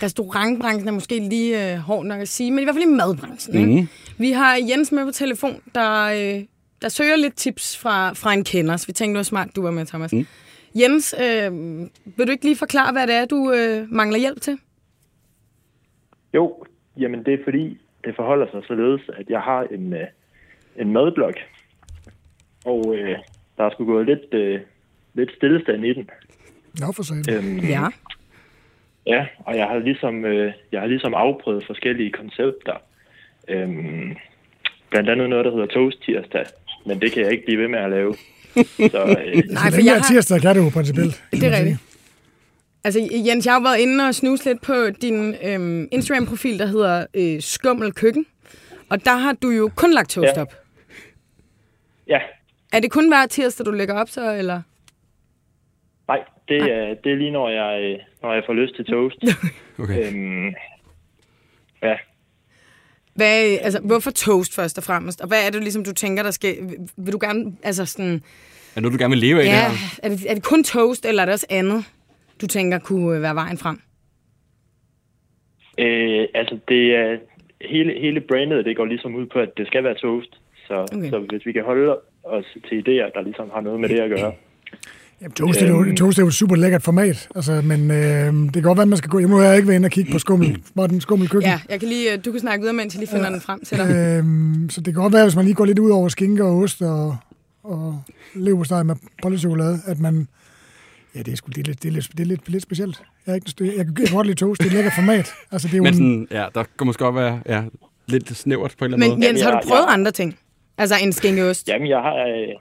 [SPEAKER 1] restaurantbranchen, er måske lige øh, hård nok at sige, men i hvert fald i madbranchen.
[SPEAKER 3] Mhm.
[SPEAKER 2] Mhm.
[SPEAKER 1] Mm. Ikke? Vi har Jens med på telefon, der, øh, der søger lidt tips fra, fra en kender, så vi tænkte, det var smart, du var med, Thomas.
[SPEAKER 3] Mhm.
[SPEAKER 1] Mm. Jens, øh, vil du ikke lige forklare, hvad det er, du øh, mangler hjælp til?
[SPEAKER 4] Jo, jamen det er fordi, det forholder sig således, at jeg har en, øh, en madblok, og øh, der er sgu gået lidt, øh, lidt stillestand i den.
[SPEAKER 3] Nå, for satan.
[SPEAKER 4] Øhm,
[SPEAKER 1] Ja.
[SPEAKER 4] ja, og jeg har ligesom, øh, jeg har ligesom afprøvet forskellige koncepter. Øhm, blandt andet noget, der hedder Toast Tirsdag, men det kan jeg ikke blive ved med at lave. Så øh,
[SPEAKER 1] Nej,
[SPEAKER 3] Så
[SPEAKER 1] for
[SPEAKER 3] den
[SPEAKER 1] jeg
[SPEAKER 3] her
[SPEAKER 1] har...
[SPEAKER 3] tirsdag kan du jo principielt. kan
[SPEAKER 1] Det
[SPEAKER 3] man
[SPEAKER 1] er
[SPEAKER 3] sige.
[SPEAKER 1] rigtigt. Altså, Jens, jeg har jo været inde og snuse lidt på din øhm, Instagram-profil, der hedder øh, Skummel Køkken. Og der har du jo kun lagt toast
[SPEAKER 4] Ja.
[SPEAKER 1] op.
[SPEAKER 4] Ja,
[SPEAKER 1] Er det kun hver tirsdag, du lægger op så, eller?
[SPEAKER 4] nej, det, er, det er lige når jeg, øh, når jeg får lyst til toast.
[SPEAKER 2] Okay.
[SPEAKER 4] øhm, ja,
[SPEAKER 1] Hvad, øh, altså, hvorfor toast først og fremmest? Og hvad er det ligesom, du tænker, der skal... vil- Vil du gerne... Altså sådan...
[SPEAKER 2] Er noget, du gerne vil leve af? det
[SPEAKER 1] Ja,
[SPEAKER 2] her?
[SPEAKER 1] er det, er det kun toast, eller er det også andet, du tænker kunne øh, være vejen frem?
[SPEAKER 4] øh, altså det er, hele, hele brandet, det går ligesom ud på, at det skal være toast. Så,
[SPEAKER 1] Okay.
[SPEAKER 4] okay. så hvis vi kan holde os til idéer, der ligesom har noget med det at gøre.
[SPEAKER 3] Jamen, toast, er jo,
[SPEAKER 4] Øhm.
[SPEAKER 3] toast er jo et super lækkert format, altså, men øh, det kan godt være, at man skal gå... Jeg må jeg ikke være inde og kigge på skummel, bare den skummel køkken.
[SPEAKER 1] Ja, jeg kan lige, øh, du kan snakke videre, mens jeg lige finder den frem til dig.
[SPEAKER 3] Øhm, så det kan godt være, hvis man lige går lidt ud over skinke og ost og, og leverpostej med bollechokolade, at man... Ja, det er sgu det er lidt, det er lidt, det er lidt, lidt specielt. Jeg, er ikke, jeg, jeg, jeg kan godt lide toast, det er et lækkert format. Altså, det er jo
[SPEAKER 2] Men
[SPEAKER 3] en-
[SPEAKER 2] sådan, ja, der kunne måske godt være ja, lidt snævert på en eller anden
[SPEAKER 1] Men
[SPEAKER 2] måde.
[SPEAKER 1] Jens, har du
[SPEAKER 4] jeg-
[SPEAKER 1] prøvet
[SPEAKER 4] jeg-
[SPEAKER 1] andre ting? Altså en skænkeost?
[SPEAKER 4] Jamen, jeg har, øh,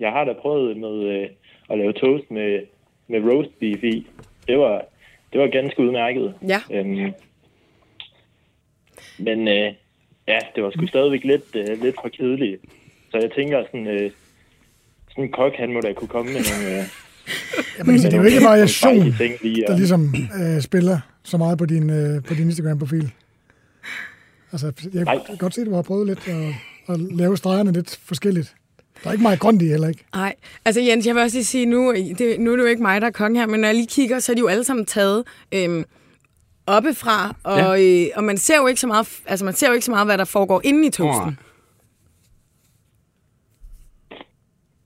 [SPEAKER 4] jeg har da prøvet med øh, at lave toast med, med roast beef i. Det var, det var ganske udmærket.
[SPEAKER 1] Ja.
[SPEAKER 4] Øhm, men øh, ja, det var sgu stadigvæk lidt, øh, lidt for kedeligt. Så jeg tænker sådan... Øh, sådan en kok, han må da kunne komme med nogle... Øh,
[SPEAKER 3] Jamen, altså, det er jo ikke variation,
[SPEAKER 4] nogle spicy ting lige,
[SPEAKER 3] der
[SPEAKER 4] og-
[SPEAKER 3] ligesom øh, spiller så meget på din, øh, på din Instagram-profil. Altså, jeg
[SPEAKER 4] Nej.
[SPEAKER 3] kan godt se, at du har prøvet lidt at, at lave stregerne lidt forskelligt. Der er ikke meget grønt i heller ikke.
[SPEAKER 1] Nej, altså Jens, jeg vil også lige sige, nu, det, nu er det jo ikke mig, der er konge her, men når jeg lige kigger, så er de jo alle sammen taget øhm, oppefra, og, ja. øh, og man ser jo ikke så meget, f- altså man ser jo ikke så meget, hvad der foregår inde i toasten.
[SPEAKER 2] Nej.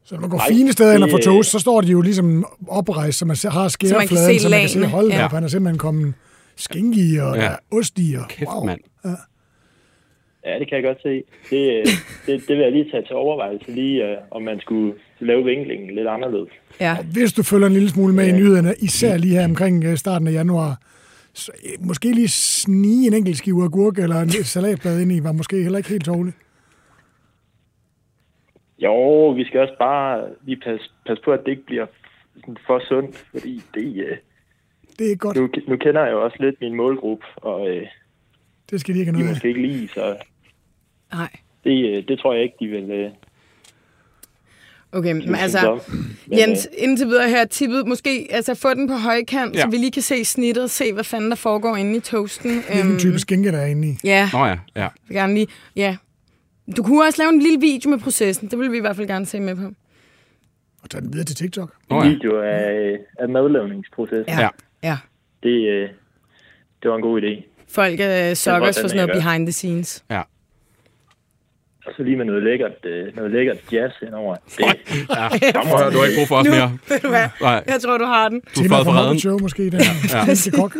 [SPEAKER 3] Så når man går
[SPEAKER 4] Nej,
[SPEAKER 3] fine steder ind og
[SPEAKER 4] det,
[SPEAKER 3] får
[SPEAKER 4] øh,
[SPEAKER 3] toast, så står de jo ligesom oprejst, så man ser- har
[SPEAKER 1] man kan
[SPEAKER 3] skærefladen,
[SPEAKER 1] se
[SPEAKER 3] så man kan se,
[SPEAKER 1] lagene.
[SPEAKER 3] hold da
[SPEAKER 1] Ja.
[SPEAKER 3] op, han er simpelthen kommet skinke i, og
[SPEAKER 2] Ja.
[SPEAKER 3] ja. der er ost i, og
[SPEAKER 2] Kæft,
[SPEAKER 3] wow.
[SPEAKER 2] mand.
[SPEAKER 4] Ja, det kan jeg godt se. Det, øh, det, det vil jeg lige tage til overvejelse lige, øh, om man skulle lave vinklingen lidt anderledes.
[SPEAKER 1] Ja.
[SPEAKER 3] Hvis du følger en lille smule med i nyhederne, især lige her omkring øh, starten af januar, så øh, måske lige snige en enkelt skive agurk eller en salatblad ind i, var måske heller ikke helt dårligt.
[SPEAKER 4] Jo, vi skal også bare lige passe, passe på, at det ikke bliver sådan for sundt, fordi det, øh,
[SPEAKER 3] Det er ikke godt.
[SPEAKER 4] nu, nu kender jeg jo også lidt min målgruppe, og øh,
[SPEAKER 3] Det skal de ikke
[SPEAKER 4] de
[SPEAKER 3] have
[SPEAKER 4] er
[SPEAKER 3] noget af.
[SPEAKER 4] måske ikke lige, så
[SPEAKER 1] Nej,
[SPEAKER 4] det, øh, det tror jeg ikke, de vil... Øh,
[SPEAKER 1] okay, men
[SPEAKER 4] synes
[SPEAKER 1] altså...
[SPEAKER 4] om. Men,
[SPEAKER 1] Jens,
[SPEAKER 4] øh,
[SPEAKER 1] indtil videre her, tippet måske, altså få den på højkant, ja. så
[SPEAKER 2] Ja.
[SPEAKER 1] vi lige kan se snittet, se hvad fanden der foregår inde i toasten.
[SPEAKER 3] Hvilken type skinke, der er inde i.
[SPEAKER 1] Ja,
[SPEAKER 2] Nå ja, ja.
[SPEAKER 1] jeg vil gerne lige, ja. Du kunne også lave en lille video med processen, det vil vi i hvert fald gerne se med på.
[SPEAKER 3] Og tage den videre til TikTok.
[SPEAKER 2] Nå ja.
[SPEAKER 4] Video af, øh, af madlavningsprocessen, ja.
[SPEAKER 2] Ja.
[SPEAKER 1] ja.
[SPEAKER 4] det, øh, det var en god idé.
[SPEAKER 1] Folk øh, sokker os for
[SPEAKER 4] den
[SPEAKER 1] sådan noget
[SPEAKER 4] lækker.
[SPEAKER 1] behind the scenes.
[SPEAKER 2] ja.
[SPEAKER 4] Og så lige med noget lækkert, øh, noget lækkert jazz henover. Det,
[SPEAKER 2] Så du har ikke brug for os mere.
[SPEAKER 1] Ved du hvad?
[SPEAKER 2] Nej,
[SPEAKER 1] Jeg tror, du har den.
[SPEAKER 2] du er faldet for redden.
[SPEAKER 3] Show, måske, den ja. kok.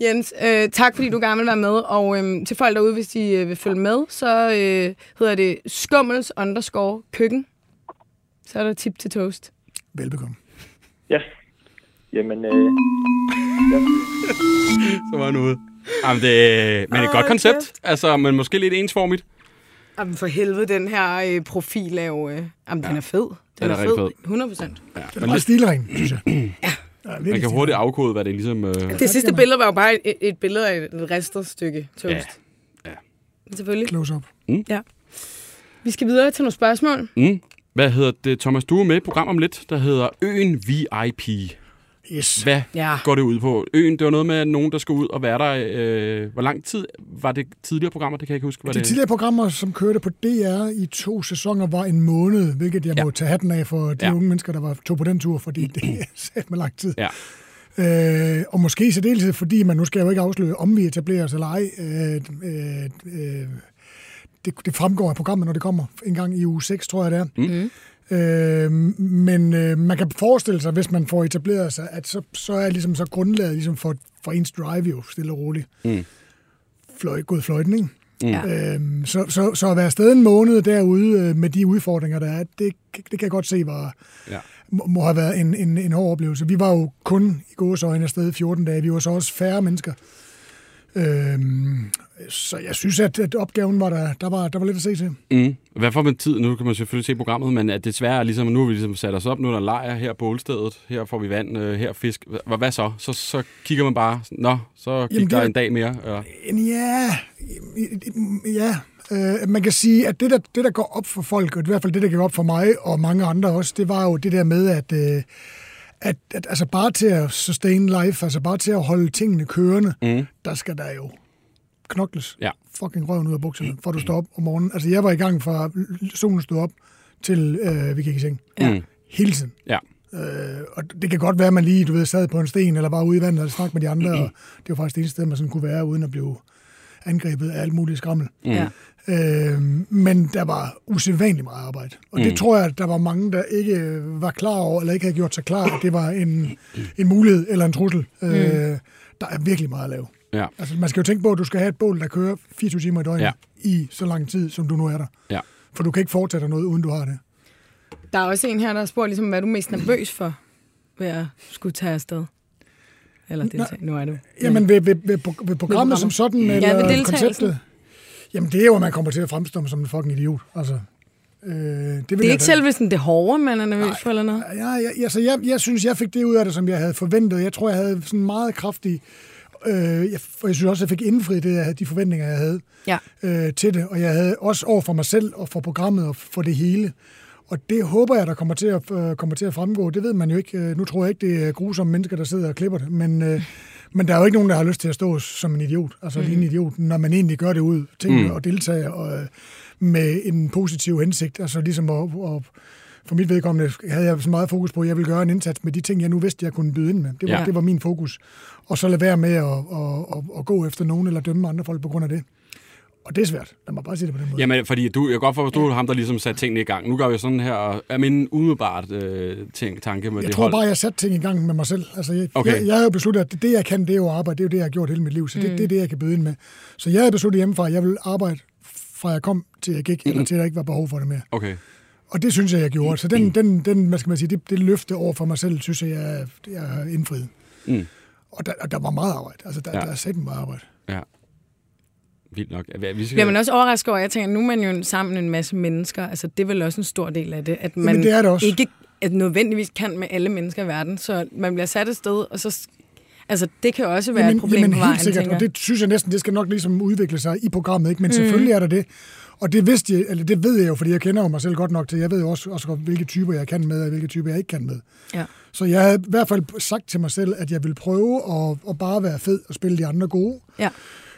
[SPEAKER 1] Jens, øh, tak fordi du gerne vil være med. Og øh, til folk derude, hvis de øh, vil følge med, så øh, hedder det skummels underscore køkken. Så er der tip til toast.
[SPEAKER 3] Velbekomme.
[SPEAKER 4] ja, jamen... Øh,
[SPEAKER 2] Så var han ude. Jamen, det, men et godt
[SPEAKER 1] Åh,
[SPEAKER 2] koncept. Altså, men måske lidt ensformigt.
[SPEAKER 1] Jamen for helvede, den her øh, profil er jo... Øh, jamen, ja. den er fed. Den,
[SPEAKER 2] er rigtig fed.
[SPEAKER 1] 100 procent.
[SPEAKER 3] Det er meget stilren, synes jeg. ja. ja
[SPEAKER 2] Man kan hurtigt afkode, hvad det ligesom... Øh,
[SPEAKER 1] Det sidste billede var jo bare et, et billede af et ristet stykke toast.
[SPEAKER 2] Ja. Ja.
[SPEAKER 1] Selvfølgelig.
[SPEAKER 3] Close up.
[SPEAKER 1] Vi skal videre til nogle spørgsmål.
[SPEAKER 2] mm. Hvad hedder det, Thomas? Du er med i et program om lidt, der hedder Øen VIP.
[SPEAKER 3] Yes.
[SPEAKER 2] Hvad
[SPEAKER 1] Ja.
[SPEAKER 2] går det ud på? Øen, det var noget med at nogen, der skulle ud og være der... Øh, hvor lang tid var det tidligere programmer? Det kan jeg ikke huske, hvad
[SPEAKER 3] De
[SPEAKER 2] det
[SPEAKER 3] tidligere programmer, som kørte på DR i to sæsoner, var en måned, hvilket jeg
[SPEAKER 2] Ja.
[SPEAKER 3] ja. må tage hatten af for de
[SPEAKER 2] Ja.
[SPEAKER 3] ja. unge mennesker, der var, tog på den tur, fordi det er sat med lang tid.
[SPEAKER 2] Ja.
[SPEAKER 3] Øh, og måske i særdeleshed, fordi man nu skal jeg jo ikke afsløre, om vi etablerer os eller ej. Øh, øh, øh, det, det fremgår af programmet, når det kommer en gang i uge 6, tror jeg det er. Mm. Øh, men øh, man kan forestille sig, hvis man får etableret sig, at så, så er ligesom så grundlaget ligesom for, for ens drive jo stille og roligt. Mm. Fløj, god fløjten, ikke?
[SPEAKER 1] Ja.
[SPEAKER 3] Øhm, så, så, så at være afsted en måned derude øh, med de udfordringer, der er, det, det kan jeg godt se, var,
[SPEAKER 2] Ja.
[SPEAKER 3] må, må have været en, en, en hård oplevelse. Vi var jo kun i gåsøjne afsted i 14 dage. Vi var så også færre mennesker Øhm, så jeg synes, at, at opgaven var der, der var, der var lidt at se til.
[SPEAKER 2] Mm. Hvad får man tid? Nu kan man selvfølgelig se programmet, men at desværre er ligesom, nu har vi ligesom sat os op, nu er der lejr her på Ålstedet, her får vi vand, øh, her fisk. Hvad, hvad så? så? Så kigger man bare, nå, så gik Jamen,
[SPEAKER 3] Jamen, det
[SPEAKER 2] der
[SPEAKER 3] er-
[SPEAKER 2] en dag mere. Ja.
[SPEAKER 3] Ja, ja. Øh, man kan sige, at det der, det, der går op for folk, og i hvert fald det, der gik op for mig og mange andre også, det var jo det der med, at, øh, at, at altså bare til at sustain life, altså bare til at holde tingene kørende, mm. der skal der jo knokles
[SPEAKER 2] Ja. Mm.
[SPEAKER 3] fucking røven ud af bukserne, for at du står op om morgenen. Altså jeg var i gang fra solen stod op til øh, vi gik i seng.
[SPEAKER 2] Ja. Mm.
[SPEAKER 3] Hele tiden.
[SPEAKER 2] ja.
[SPEAKER 3] Øh, og det kan godt være, at man lige du ved, sad på en sten, eller var ude i vandet, eller snakkede med de andre, og det var faktisk det eneste sted, man sådan kunne være, uden at blive angrebet af alt muligt skrammel.
[SPEAKER 1] Ja.
[SPEAKER 3] Øh, men der var usædvanligt meget arbejde. Og det tror jeg, at der var mange, der ikke var klar over, eller ikke havde gjort sig klar, at det var en, en mulighed eller en trussel. Øh, der er virkelig meget at lave.
[SPEAKER 2] Ja.
[SPEAKER 3] Altså, man skal jo tænke på, at du skal have et bål, der kører 24 timer i døgnet
[SPEAKER 2] Ja.
[SPEAKER 3] ja. i så lang tid, som du nu er der.
[SPEAKER 2] ja.
[SPEAKER 3] For du kan ikke foretage dig noget, uden du har det.
[SPEAKER 1] Der er også en her, der spurgte, ligesom, hvad er du mest nervøs for ved at skulle tage afsted? Eller deltage. Nu er du.
[SPEAKER 3] Jamen ved, ved, ved, pro- ved
[SPEAKER 1] programmet.
[SPEAKER 3] programmet som sådan, ja,
[SPEAKER 1] ved
[SPEAKER 3] eller
[SPEAKER 1] deltagelsen.
[SPEAKER 3] konceptet? Jamen det er jo, at man kommer til at fremstå som en fucking idiot. Altså, øh, det, vil
[SPEAKER 1] Det er
[SPEAKER 3] jeg
[SPEAKER 1] ikke
[SPEAKER 3] da-
[SPEAKER 1] selve sådan det hårde, man er nervøs for eller noget?
[SPEAKER 3] Ja, ja, altså, jeg, jeg synes, jeg fik det ud af det, som jeg havde forventet. Jeg tror, jeg havde sådan meget kraftig... Øh, jeg, og jeg synes også, jeg fik indfriet det, jeg havde, de forventninger, jeg havde
[SPEAKER 1] Ja.
[SPEAKER 3] øh, til det. Og jeg havde også over for mig selv og for programmet og for det hele. Og det håber jeg, der kommer til at, øh, kommer til at fremgå. Det ved man jo ikke. Øh, Nu tror jeg ikke, det er grusomme mennesker, der sidder og klipper det. Men, øh, men der er jo ikke nogen, der har lyst til at stå som en idiot. Altså mm. lige en idiot, når man egentlig gør det ud. Tingene mm. og deltager og, øh, med en positiv hensigt. Altså ligesom at, at for mit vedkommende havde jeg så meget fokus på, at jeg ville gøre en indsats med de ting, jeg nu vidste, jeg kunne byde ind med. Det var,
[SPEAKER 2] Ja.
[SPEAKER 3] ja. det var min fokus. Og så lade være med at, at, at, at gå efter nogen eller dømme andre folk på grund af det. Og det er svært. Lad mig bare sige det på den måde.
[SPEAKER 2] Jamen, fordi du, jeg kan godt forstå, at du er ham, der ligesom satte tingene i gang. Nu gør vi sådan her, og er min umiddelbart øh, ting, tanke med
[SPEAKER 3] Jeg
[SPEAKER 2] det
[SPEAKER 3] tror
[SPEAKER 2] hold.
[SPEAKER 3] bare, jeg satte ting i gang med mig selv. Altså, jeg,
[SPEAKER 2] Okay.
[SPEAKER 3] okay. jeg, jeg havde jo besluttet, at det, det, jeg kan, det er jo at arbejde. Det er jo det, jeg har gjort hele mit liv, så det, mm. det er det, jeg kan byde ind med. Så jeg havde besluttet hjemmefra, at jeg ville arbejde fra jeg kom til jeg gik, mm. eller til der ikke var behov for det mere.
[SPEAKER 2] Okay.
[SPEAKER 3] Og det synes jeg, jeg gjorde. Så
[SPEAKER 2] Mm.
[SPEAKER 3] den, den, den hvad skal man sige, det, det løfte over for mig selv, synes jeg, jeg, jeg har indfriet.
[SPEAKER 2] Mm.
[SPEAKER 3] Og der, og der var meget arbejde. Altså, der,
[SPEAKER 2] Ja.
[SPEAKER 3] ja. der er sat meget arbejde.
[SPEAKER 2] Ja. Vildt nok. Hvad- Vi skal...
[SPEAKER 1] Bliver man også overrasket over, at jeg tænker, at nu er man jo sammen en masse mennesker. Altså, det er vel også en stor del af det, at man
[SPEAKER 3] det er det også.
[SPEAKER 1] ikke at nødvendigvis kan med alle mennesker i verden. Så man bliver sat et sted, og så... Altså, det kan også være et problem på vejen,
[SPEAKER 3] helt sikkert,
[SPEAKER 1] tænker
[SPEAKER 3] og det synes jeg næsten, det skal nok ligesom udvikle sig i programmet, ikke? men mm. selvfølgelig er der det. Og det, vidste jeg, eller det ved jeg jo, fordi jeg kender jo mig selv godt nok til. Jeg ved jo også, også godt, hvilke typer jeg kan med, og hvilke typer jeg ikke kan med.
[SPEAKER 1] jeg. Ja.
[SPEAKER 3] Så jeg havde i hvert fald sagt til mig selv, at jeg ville prøve at, at bare være fed og spille de andre gode.
[SPEAKER 1] ja.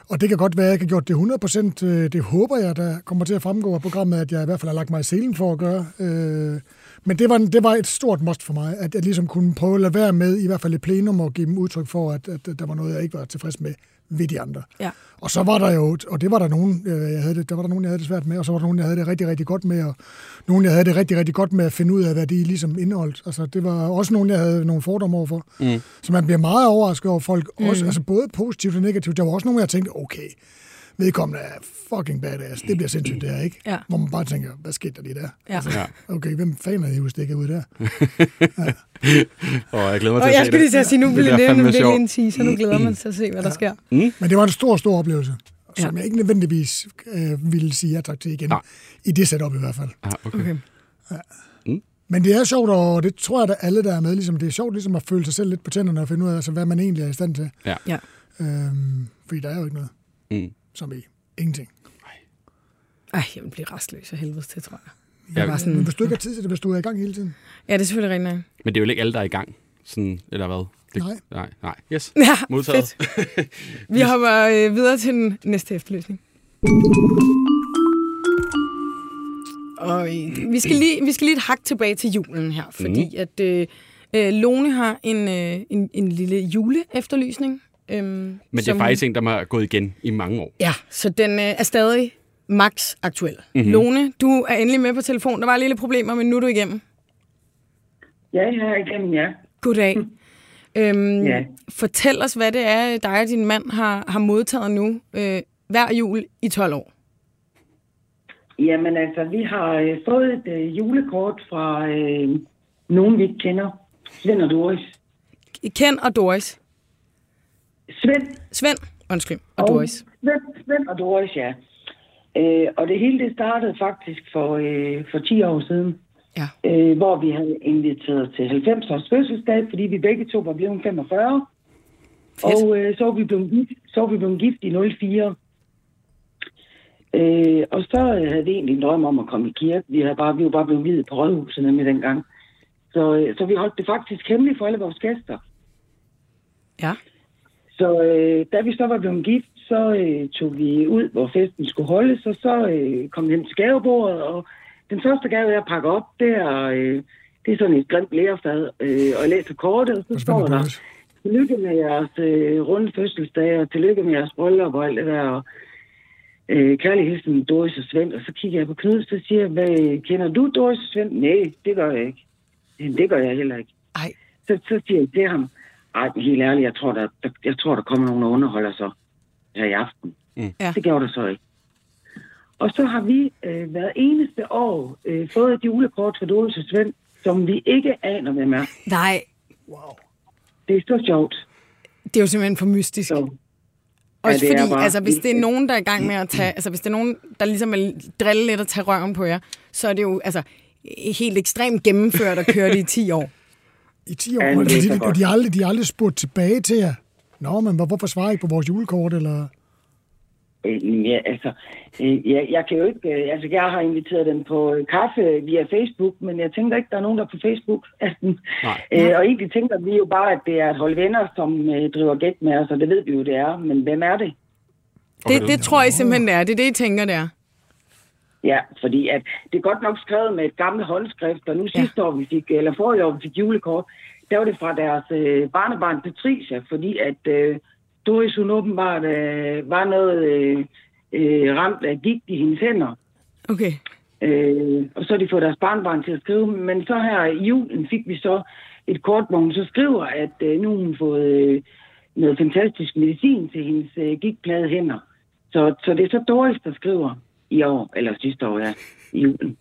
[SPEAKER 3] Og det kan godt være, at jeg ikke har gjort det 100%. Øh, Det håber jeg, der kommer til at fremgå af programmet, at jeg i hvert fald har lagt mig i selen for at gøre. Øh, Men det var, en- det var et stort must for mig, at jeg ligesom kunne prøve at lade være med, i hvert fald i plenum, og give dem udtryk for, at, at der var noget, jeg ikke var tilfreds med ved de andre.
[SPEAKER 1] Ja.
[SPEAKER 3] Og så var der jo, og det var der nogen, øh, jeg havde det, der var der nogen, jeg havde det svært med, og så var der nogen, jeg havde det rigtig, rigtig godt med, og nogen, jeg havde det rigtig, rigtig godt med at finde ud af, hvad de ligesom indeholdt. Altså, det var også nogen, jeg havde nogle fordomme overfor. Mm. Så man bliver meget overrasket over folk,
[SPEAKER 1] Mm.
[SPEAKER 3] også, altså både positivt og negativt. Der var også nogen, jeg tænkte, okay, vedkommende er fucking badass, det bliver sindssygt det her, ikke?
[SPEAKER 1] Ja.
[SPEAKER 3] Hvor man bare tænker, hvad skete der lige der? Altså,
[SPEAKER 1] Ja.
[SPEAKER 2] Ja. Mm.
[SPEAKER 3] Okay, hvem fanden havde I jo stikket ud der?
[SPEAKER 2] Og jeg glæder mig
[SPEAKER 1] Og
[SPEAKER 2] til
[SPEAKER 1] jeg
[SPEAKER 2] at se
[SPEAKER 1] skulle lige
[SPEAKER 2] det.
[SPEAKER 1] til at sige, nu bliver
[SPEAKER 2] bliver
[SPEAKER 1] det
[SPEAKER 2] fandme
[SPEAKER 1] en virkelig
[SPEAKER 2] sjovt.
[SPEAKER 1] en teaser. Nu glæder man sig til at se, hvad der sker.
[SPEAKER 3] Men det var en stor, stor oplevelse, som
[SPEAKER 1] Ja.
[SPEAKER 3] ja. jeg ikke nødvendigvis øh, ville sige ja tak til igen.
[SPEAKER 2] Nej.
[SPEAKER 3] I det setup i hvert fald.
[SPEAKER 2] Ah, okay.
[SPEAKER 1] Okay.
[SPEAKER 3] Men det er sjovt, og det tror jeg, at alle, der er med, ligesom, det er sjovt ligesom at føle sig selv lidt på tænderne og finde ud af, altså, hvad man egentlig er i stand til.
[SPEAKER 2] Ja.
[SPEAKER 1] Ja.
[SPEAKER 3] Øhm, fordi der er jo ikke noget,
[SPEAKER 2] Mm.
[SPEAKER 3] som i ingenting.
[SPEAKER 1] Ej, jeg vil blive restløs af helvede til, tror jeg.
[SPEAKER 2] Ja,
[SPEAKER 1] Bare sådan,
[SPEAKER 3] Men hvis du ikke har tid til det, hvis du er i gang hele tiden.
[SPEAKER 1] ja, det er selvfølgelig rigtigt. nok.
[SPEAKER 2] Men det er jo ikke alle, der er i gang. Sådan, eller hvad? Det,
[SPEAKER 3] Nej.
[SPEAKER 2] Nej, nej. Yes.
[SPEAKER 1] Ja,
[SPEAKER 2] Modtaget.
[SPEAKER 1] fedt. Vi hopper øh, videre til den næste efterlysning. Og øh, vi skal, lige, vi skal lige et hak tilbage til julen her, fordi mm. at øh, øh, Lone har en, øh, en, en lille juleefterlysning. Øhm, Men
[SPEAKER 2] Men det er faktisk en, der har gået igen i mange år.
[SPEAKER 1] Ja, så den øh, er stadig max aktuel.
[SPEAKER 2] Mhm.
[SPEAKER 1] Mm-hmm. Lone, du er endelig med på telefon. Der var lille problemer, men nu er du igennem.
[SPEAKER 5] Ja, ja, igennem, ja.
[SPEAKER 1] Goddag. Øhm,
[SPEAKER 5] Hm. Ja.
[SPEAKER 1] Fortæl os, hvad det er, dig og din mand har, har modtaget nu øh, hver jul i 12 år.
[SPEAKER 5] Jamen altså, vi har øh, fået et øh, julekort fra øh, nogen, vi ikke kender. Svend og Doris.
[SPEAKER 1] Ken og Doris.
[SPEAKER 5] Svend,
[SPEAKER 1] Svend og Undskyld. Og Doris.
[SPEAKER 5] Svend, Svend og Doris, ja. Øh, og det hele det startede faktisk for, øh, for 10 år siden,
[SPEAKER 1] Ja.
[SPEAKER 5] øh, hvor vi havde inviteret til 90 års fødselsdag, fordi vi begge to var blevet 45.
[SPEAKER 1] Fedt.
[SPEAKER 5] Og øh, så, var vi blevet, gift- så var vi blevet gift i 04. Øh, og så øh, havde vi egentlig en drøm om at komme i kirke. Vi, havde bare, vi var bare blevet videt på rådhuset nemlig dengang. Så, øh, så vi holdt det faktisk hemmeligt for alle vores gæster.
[SPEAKER 1] Ja.
[SPEAKER 5] Så øh, da vi så var blevet gift, så øh, tog vi ud, hvor festen skulle holdes, og så øh, kom vi hen til gavebordet, og den første gave, jeg pakker op, det er, øh, det er sådan et grimt lærefad, øh, og jeg læser kortet, og så
[SPEAKER 3] Og
[SPEAKER 5] står
[SPEAKER 3] spændende
[SPEAKER 5] der,
[SPEAKER 3] Doris.
[SPEAKER 5] tillykke med jeres øh, runde fødselsdag, og tillykke med jeres bryllup og alt det der, og øh, kærlig hilsen Doris og Svend, og så kigger jeg på Knud, så siger jeg, hvad, kender du Doris og Svend? Nej, det gør jeg ikke. Jamen, det gør jeg heller ikke
[SPEAKER 1] Ej.
[SPEAKER 5] så, så siger jeg til ham, ej, men helt ærligt, jeg tror, der, der, jeg tror, der kommer nogen og underholder sig her i aften.
[SPEAKER 2] Mm.
[SPEAKER 1] Ja.
[SPEAKER 5] Det gjorde der så ikke. Og så har vi øh, hver eneste år øh, fået et julekort fra Doris og Svend, som vi ikke aner, hvem er.
[SPEAKER 1] Nej.
[SPEAKER 5] Det er så sjovt.
[SPEAKER 1] Det er jo simpelthen for mystisk.
[SPEAKER 5] Så,
[SPEAKER 1] Også
[SPEAKER 5] Ja, det er
[SPEAKER 1] fordi,
[SPEAKER 5] bare-
[SPEAKER 1] altså, hvis det er nogen, der er i gang med at tage, altså hvis det er nogen, der ligesom vil drille lidt og tage røven på jer, så er det jo altså helt ekstremt gennemført at køre det i 10 år.
[SPEAKER 3] I 10 år,
[SPEAKER 5] Ja,
[SPEAKER 3] ja,
[SPEAKER 5] men
[SPEAKER 3] og
[SPEAKER 5] det er
[SPEAKER 3] de,
[SPEAKER 5] så
[SPEAKER 3] og
[SPEAKER 5] godt.
[SPEAKER 3] de, har aldrig, de har aldrig spurgt tilbage til jer. Nå, men hvor- hvorfor svarer I på vores julekort? Eller...
[SPEAKER 5] øh, ja, altså, øh, jeg, jeg kan jo ikke, øh, altså, jeg har inviteret dem på øh, kaffe via Facebook, men jeg tænker ikke, der er nogen, der er på Facebook. Altså,
[SPEAKER 2] Nej.
[SPEAKER 5] Øh, og egentlig tænker vi jo bare, at det er et hold venner, som øh, driver gæk med os, og det ved vi jo, det er. Men hvem er det?
[SPEAKER 2] Okay,
[SPEAKER 1] Det, det tror jeg simpelthen, det er. Det er det, I tænker, det er.
[SPEAKER 5] Ja, fordi at det er godt nok skrevet med et gammelt håndskrift, og nu
[SPEAKER 1] Ja.
[SPEAKER 5] ja. sidste år, vi fik, eller forrige år, vi fik julekort, der var det fra deres øh, barnebarn Patricia, fordi at øh, Doris, hun åbenbart øh, var noget øh, øh, ramt af gigt i hendes hænder.
[SPEAKER 1] Okay.
[SPEAKER 5] Øh, og så har de fået deres barnbarn til at skrive, men så her i julen fik vi så et kort, hvor hun så skriver, at øh, nu har hun fået øh, noget fantastisk medicin til hendes øh, gigtplade hænder. Så, så det er så Doris, der skriver i år, eller sidste år, ja, i julen.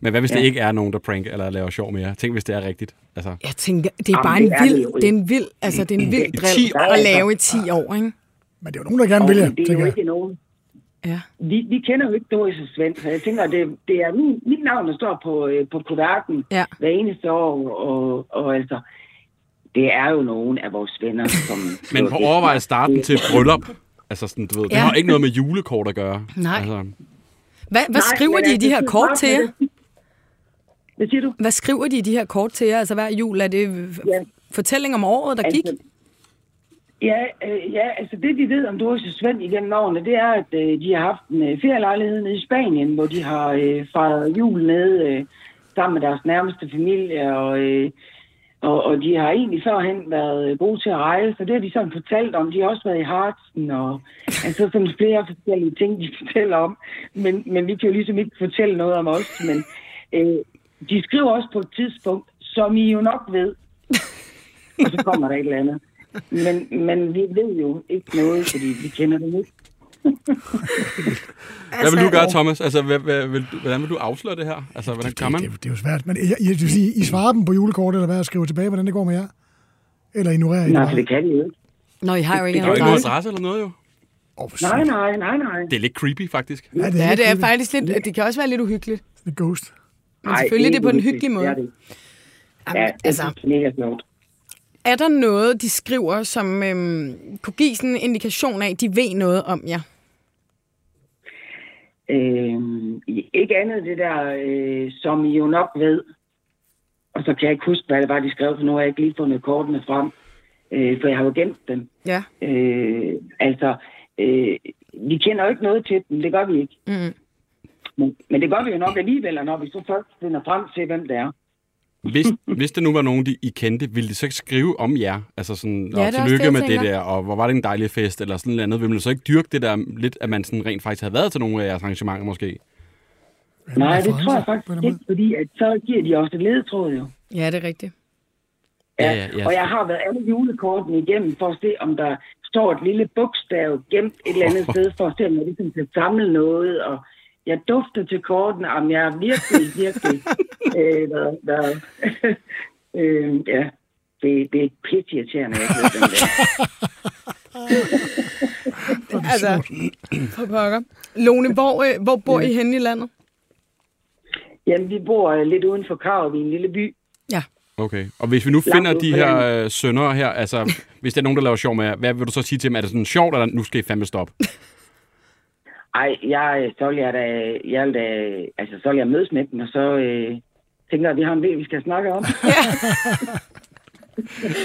[SPEAKER 2] Men hvad hvis ja. det
[SPEAKER 5] Ja.
[SPEAKER 2] ikke er nogen, der pranker eller laver sjov med jer? Tænk, hvis det er rigtigt. Altså,
[SPEAKER 1] Jeg tænker, det er
[SPEAKER 5] Jamen,
[SPEAKER 1] bare
[SPEAKER 5] det
[SPEAKER 1] en
[SPEAKER 5] er det
[SPEAKER 1] vild,
[SPEAKER 5] jo.
[SPEAKER 1] det er en vild, altså det er en vild
[SPEAKER 2] 10
[SPEAKER 1] drill
[SPEAKER 2] år.
[SPEAKER 1] at lave i
[SPEAKER 5] altså.
[SPEAKER 1] 10 år, ikke?
[SPEAKER 3] Men det er jo nogen, der gerne
[SPEAKER 5] Og
[SPEAKER 3] vil jer,
[SPEAKER 5] det er
[SPEAKER 3] tænker
[SPEAKER 5] jo
[SPEAKER 3] jeg.
[SPEAKER 5] ikke nogen.
[SPEAKER 1] Ja.
[SPEAKER 5] Vi, vi kender jo ikke Doris og Svend, så jeg tænker, at det, det er min, mit navn, der står på, øh, på kuverten
[SPEAKER 1] Ja.
[SPEAKER 5] hver eneste år, og, og altså, det er jo nogen af vores venner, som...
[SPEAKER 2] men på overvej starten til et bryllup. Altså sådan, du ved, ja. det
[SPEAKER 1] Ja.
[SPEAKER 2] har ikke noget med julekort at gøre.
[SPEAKER 1] Nej.
[SPEAKER 2] Altså,
[SPEAKER 1] Hvad, hvad
[SPEAKER 5] Nej,
[SPEAKER 1] skriver
[SPEAKER 5] men
[SPEAKER 1] de i
[SPEAKER 5] altså,
[SPEAKER 1] de her
[SPEAKER 5] det er
[SPEAKER 1] kort
[SPEAKER 5] smart,
[SPEAKER 1] til jer?
[SPEAKER 5] men det- Hvad siger du?
[SPEAKER 1] Hvad skriver de i de her kort til jer? Altså hver jul, er det øh,
[SPEAKER 5] Ja.
[SPEAKER 1] fortælling om året, der gik?
[SPEAKER 5] Altså, Ja, øh, ja, altså det vi ved om Doris og Svend igennem årene, det er, at øh, de har haft en øh, ferielejlighed nede i Spanien, hvor de har øh, fejret jul nede øh, sammen med deres nærmeste familie, og, øh, og, og de har egentlig førhen været øh, gode til at rejse, og det har de sådan fortalt om. De har også været i Harzen, og altså sådan flere forskellige ting, de fortæller om, men, men vi kan jo ligesom ikke fortælle noget om os, men øh, de skriver også på et tidspunkt, som I jo nok ved, og så kommer der et eller andet. Men, men vi ved jo ikke noget, fordi vi kender dem ikke.
[SPEAKER 2] hvad vil du gøre, Thomas? Altså, hvad, hvad, vil, du- hvordan vil du afsløre det her? Altså, hvordan
[SPEAKER 3] Det,
[SPEAKER 2] kan
[SPEAKER 3] det,
[SPEAKER 2] man?
[SPEAKER 3] det, det er jo svært. Men jeg, jeg, vil sige, I svarer dem på julekort, eller hvad, og skriver tilbage, hvordan det går med jer? Eller ignorerer I det?
[SPEAKER 5] Nej, for
[SPEAKER 3] bare?
[SPEAKER 5] det kan vi jo ikke.
[SPEAKER 1] Nå, I har jo ikke
[SPEAKER 2] Der er jo
[SPEAKER 1] en
[SPEAKER 2] ikke nogen
[SPEAKER 1] adresse.
[SPEAKER 2] adresse eller noget, jo.
[SPEAKER 3] Åh, hvor
[SPEAKER 5] Nej,
[SPEAKER 3] sygt.
[SPEAKER 5] nej, nej, nej.
[SPEAKER 2] Det er lidt creepy, faktisk.
[SPEAKER 3] Ja,
[SPEAKER 1] Ja, det er
[SPEAKER 3] lidt-
[SPEAKER 1] faktisk lidt, det kan også være lidt uhyggeligt.
[SPEAKER 3] lidt ghost.
[SPEAKER 5] Men
[SPEAKER 1] selvfølgelig er det på en hyggelig måde.
[SPEAKER 5] Ja, det,
[SPEAKER 1] Jamen,
[SPEAKER 5] ja, det altså. er mega sjovt.
[SPEAKER 1] er der noget, de skriver, som øhm, kunne give sådan en indikation af, at de ved noget om jer?
[SPEAKER 5] Øhm, ikke andet det der, øh, som I jo nok ved. Og så kan jeg ikke huske, hvad det var, de skrev, for nu har jeg ikke lige fundet kortene frem. Øh, for jeg har jo gemt dem.
[SPEAKER 1] Ja.
[SPEAKER 5] Øh, altså, øh, vi kender jo ikke noget til dem, det gør vi ikke.
[SPEAKER 1] Mm.
[SPEAKER 5] Men, men det gør vi jo nok alligevel, og når vi så først finder frem til, hvem det er.
[SPEAKER 2] Hvis, hvis det nu var nogen, de I kendte, ville de så ikke skrive om jer? Altså sådan,
[SPEAKER 1] det er
[SPEAKER 2] ja, og
[SPEAKER 1] også
[SPEAKER 2] tillykke
[SPEAKER 1] det, jeg
[SPEAKER 2] med det
[SPEAKER 1] tænker.
[SPEAKER 2] der, og hvor var det en dejlig fest, eller sådan noget andet. Vil man så ikke dyrke det der lidt, at man sådan rent faktisk havde været til nogle af jeres arrangementer måske?
[SPEAKER 3] Ja,
[SPEAKER 5] Nej, det
[SPEAKER 3] referencer,
[SPEAKER 5] tror jeg
[SPEAKER 3] på en
[SPEAKER 5] faktisk
[SPEAKER 3] eller anden
[SPEAKER 5] ikke, fordi at så giver de også et ledetråd jo.
[SPEAKER 1] Ja, det er rigtigt.
[SPEAKER 2] Ja, ja, ja.
[SPEAKER 5] Og jeg har været alle julekortene igennem for at se, om der står et lille bogstav gemt et eller andet sted, for at se, om jeg ligesom kan samle noget. Og jeg dufter til kortene, om jeg er virkelig, virkelig... øh, hvad, hvad, øh, ja, det, det er pisse irriterende, jeg ved, den der.
[SPEAKER 3] det
[SPEAKER 1] Altså,
[SPEAKER 3] altså,
[SPEAKER 1] For pokker. Lone, hvor, øh, hvor bor I henne i landet?
[SPEAKER 5] Jamen, vi bor øh, lidt uden for Krav i en lille by.
[SPEAKER 1] Ja.
[SPEAKER 2] Okay. Og hvis vi nu finder
[SPEAKER 5] ud
[SPEAKER 2] de
[SPEAKER 5] på
[SPEAKER 2] her øh, sønder her, altså hvis der er nogen, der laver sjov med jer, hvad vil du så sige til dem? Er det sådan sjovt, eller nu skal I fandme stoppe?
[SPEAKER 5] Ej, jeg, øh, så vil jeg da, jeg vil da, altså, så vil jeg mødes med dem, og så øh, tænker jeg, at vi har en del, vi skal snakke om.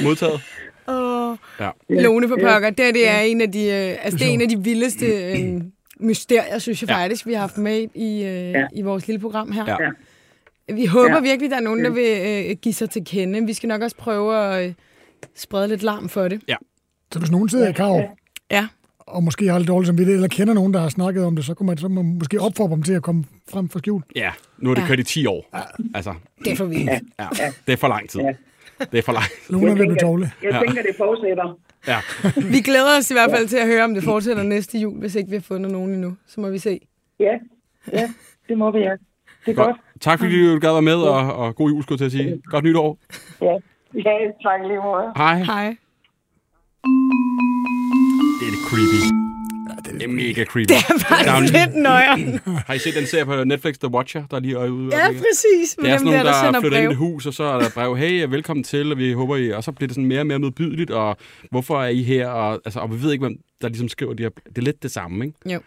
[SPEAKER 2] Modtaget.
[SPEAKER 1] Og
[SPEAKER 2] Ja.
[SPEAKER 1] Lone for pokker, det, her, det er en af de, øh, altså, det er en af de vildeste øh, mysterier, synes jeg
[SPEAKER 2] Ja.
[SPEAKER 1] faktisk, vi har haft med i, øh,
[SPEAKER 5] Ja.
[SPEAKER 1] i vores lille program her.
[SPEAKER 2] Ja.
[SPEAKER 1] Vi håber
[SPEAKER 5] Ja.
[SPEAKER 1] virkelig, der er nogen, der vil øh, give sig til kende. Vi skal nok også prøve at øh, sprede lidt larm for det.
[SPEAKER 3] så hvis nogen sidder i krav,
[SPEAKER 1] Ja.
[SPEAKER 3] og måske har lidt dårligt som det, eller kender nogen, der har snakket om det, så kunne man, så må man måske opfordre dem til at komme frem for skjul.
[SPEAKER 2] Ja, nu har det
[SPEAKER 1] Ja.
[SPEAKER 2] kørt i 10 år. Altså,
[SPEAKER 1] Det er for vildt.
[SPEAKER 2] ja. det er for lang tid. Det er for lang
[SPEAKER 3] Lone er ved at blive dårlig.
[SPEAKER 5] jeg tænker, det fortsætter.
[SPEAKER 2] Ja.
[SPEAKER 1] Vi glæder os i hvert fald til at høre, om det fortsætter næste jul, hvis ikke vi har fundet nogen endnu. Så må vi se.
[SPEAKER 5] Ja, ja, det må vi have. Det er godt.
[SPEAKER 2] Tak fordi du gad være med, og, og god jul, skulle jeg til at sige. Godt nytår.
[SPEAKER 5] Ja, ja tak lige måde.
[SPEAKER 2] Hej.
[SPEAKER 1] Hej.
[SPEAKER 2] Det er lidt creepy. Det er mega creepy.
[SPEAKER 1] Det er faktisk lidt nøjeren.
[SPEAKER 2] Har I set den serie på Netflix, The Watcher, der lige er ude?
[SPEAKER 1] Ja, præcis.
[SPEAKER 2] Det er sådan nogen,
[SPEAKER 1] der,
[SPEAKER 2] der,
[SPEAKER 1] sender
[SPEAKER 2] flytter ind i
[SPEAKER 1] brev.
[SPEAKER 2] et hus, og så er der et brev, hey, og velkommen til, og vi håber I, og så bliver det sådan mere og mere modbydeligt, og hvorfor er I her, og, altså, og vi ved ikke, hvem der ligesom skriver de her, det er lidt det samme, ikke?
[SPEAKER 1] Jo.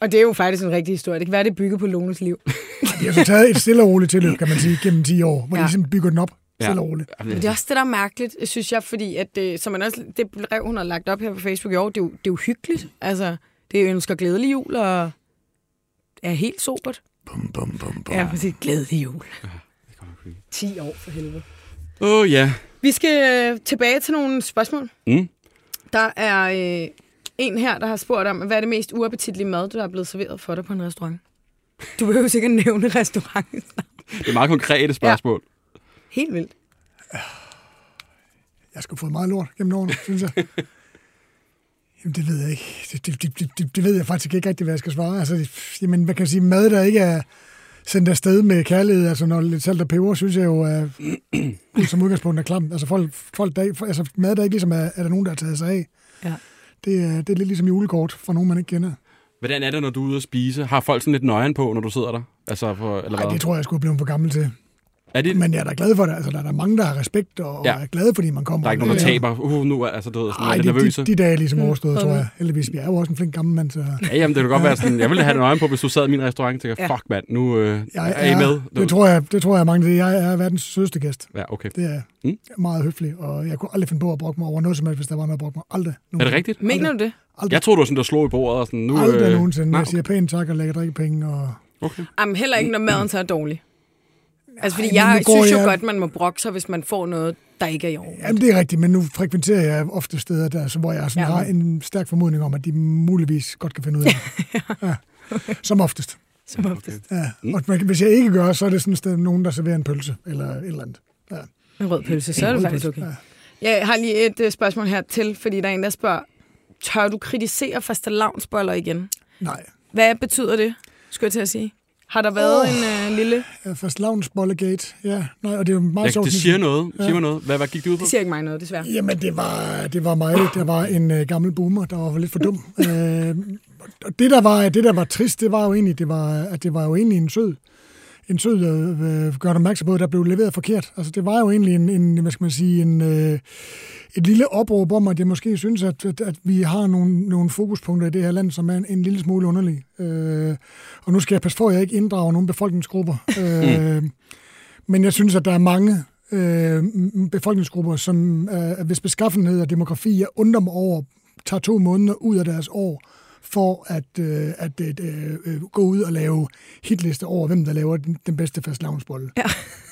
[SPEAKER 1] Og det er jo faktisk en rigtig historie. Det kan være, det bygger på Lones liv.
[SPEAKER 3] De har så taget et stille og roligt tilløb, kan man sige, gennem 10 år, hvor ja.
[SPEAKER 1] Ja.
[SPEAKER 3] de ligesom bygger den op
[SPEAKER 2] Ja.
[SPEAKER 3] stille og roligt.
[SPEAKER 1] Men det er også det, der er mærkeligt, synes jeg, fordi at, øh, som man også, det brev, hun har lagt op her på Facebook i år, det er jo, det er jo hyggeligt. Altså, det ønsker glædelig jul og er helt sobert.
[SPEAKER 3] Bum, bum, bum, bum.
[SPEAKER 1] Ja, præcis. Glædelig jul.
[SPEAKER 2] Det kommer creepy.
[SPEAKER 1] 10 år for helvede.
[SPEAKER 2] Åh, oh, ja.
[SPEAKER 1] Vi skal øh, tilbage til nogle spørgsmål.
[SPEAKER 2] Mm.
[SPEAKER 1] Der er øh, en her, der har spurgt om, hvad er det mest uappetitlige mad, der er blevet serveret for dig på en restaurant? Du behøver sikkert nævne restauranten.
[SPEAKER 2] Det er meget konkrete spørgsmål.
[SPEAKER 1] Helt vildt.
[SPEAKER 3] Jeg skal fået meget lort gennem årene, synes jeg. Jamen, det ved jeg ikke. Det, det, det, det, det ved jeg faktisk ikke rigtig, hvad jeg skal svare. Altså, det- jamen, hvad kan jeg sige? Mad, der ikke er sendt afsted med kærlighed, altså når lidt salt og peber, synes jeg jo, er, som udgangspunkt er klamt. Altså, folk, folk der, ikke- altså mad, der ikke ligesom er, er der nogen, der har taget sig af.
[SPEAKER 1] Ja.
[SPEAKER 3] Det, er, det er lidt ligesom julekort fra nogen, man ikke kender.
[SPEAKER 2] Hvordan er det, når du er ude at spise? Har folk sådan lidt nøjeren på, når du sidder der? Altså, for, eller
[SPEAKER 3] Nej,
[SPEAKER 2] hvad?
[SPEAKER 3] det tror jeg, jeg skulle blive for gammel til.
[SPEAKER 2] er det,
[SPEAKER 3] Men jeg er da glad for det. Altså, der er der mange, der har respekt og
[SPEAKER 2] Ja.
[SPEAKER 3] ja. er glade, fordi man kommer.
[SPEAKER 2] der er ikke nogen, der
[SPEAKER 3] Ja.
[SPEAKER 2] taber. Uh, nu er, altså, du ved, sådan,
[SPEAKER 3] Nej,
[SPEAKER 2] er
[SPEAKER 3] de,
[SPEAKER 2] lidt nervøse.
[SPEAKER 3] de, de dage er ligesom overstået, tror
[SPEAKER 1] okay.
[SPEAKER 3] jeg. Heldigvis, jeg er jo også en flink gammel mand, så
[SPEAKER 2] Ja, jamen, det kunne godt være sådan, jeg ville have nøjen på, hvis du sad i min restaurant og tænker,
[SPEAKER 1] Ja.
[SPEAKER 2] fuck mand, nu øh,
[SPEAKER 3] jeg
[SPEAKER 2] er I med.
[SPEAKER 3] Det tror jeg, det tror jeg mange det. Jeg er verdens sødeste gæst.
[SPEAKER 2] Ja, okay.
[SPEAKER 3] Det er
[SPEAKER 2] Mm.
[SPEAKER 3] mm. meget høflig, og jeg kunne aldrig finde på at brokke mig over noget som helst, hvis der var noget at brokke mig. Aldrig.
[SPEAKER 2] Er det rigtigt?
[SPEAKER 1] Mener du det?
[SPEAKER 2] Jeg troede, du var sådan, der slog i bordet og sådan, nu...
[SPEAKER 3] Aldrig
[SPEAKER 2] øh,
[SPEAKER 3] nogensinde. altså."
[SPEAKER 2] nej,
[SPEAKER 3] Jeg siger pænt tak og lægger drikkepenge. Og...
[SPEAKER 2] okay.
[SPEAKER 1] Jamen, heller ikke, når maden så er dårlig. Altså, fordi
[SPEAKER 3] Mm. men
[SPEAKER 1] jeg
[SPEAKER 3] nu går
[SPEAKER 1] synes jo
[SPEAKER 3] jeg-
[SPEAKER 1] godt, man må brokke sig, hvis man får noget, der ikke er i orden.
[SPEAKER 3] Jamen, det er rigtigt, men nu frekventerer jeg ofte steder, der, så hvor jeg sådan
[SPEAKER 1] Ja.
[SPEAKER 3] ja. har en stærk formodning om, at de muligvis godt kan finde ud af det. ja. Som oftest.
[SPEAKER 1] Som oftest.
[SPEAKER 3] Ja. Og hvis jeg ikke gør, så er det sådan et sted, nogen, der serverer en pølse eller et eller andet. Ja.
[SPEAKER 1] En rød pølse, så er det faktisk okay.
[SPEAKER 3] Ja.
[SPEAKER 1] Jeg har lige et øh, spørgsmål her til, fordi der er en, der spørger, tør du kritisere fastelavnsboller igen?
[SPEAKER 3] Nej.
[SPEAKER 1] Hvad betyder det, skulle jeg til at sige? Har der været oh. en øh, lille...
[SPEAKER 3] Ja, fast lavnsbollegate. Ja, nej, og det er jo meget
[SPEAKER 2] Jeg,
[SPEAKER 3] sjovt.
[SPEAKER 2] det siger noget. Siger mig noget. Hvad, hvad gik det ud på?
[SPEAKER 1] Det siger ikke mig noget, desværre.
[SPEAKER 3] Jamen, det var, det var mig. Der var en øh, gammel boomer, der var lidt for dum. øh, og det der, var, det, der var trist, det var jo egentlig, det var, at det var jo egentlig en sød en sød øh, gør dig opmærksom på, at der blev leveret forkert. Altså, det var jo egentlig en, en hvad skal man sige, en, øh, et lille opråb om, at jeg måske synes, at, at, at vi har nogle, nogle fokuspunkter i det her land, som er en, en lille smule underlige. Øh, og nu skal jeg passe på, at jeg ikke inddrager nogle befolkningsgrupper. Øh, Men jeg synes, at der er mange øh, m- befolkningsgrupper, som øh, hvis beskaffenhed og demografi, jeg undrer mig over, tager to måneder ud af deres år for at, øh, at øh, øh, gå ud og lave hitliste over, hvem der laver den, den bedste fastlavnsbolle
[SPEAKER 1] Ja.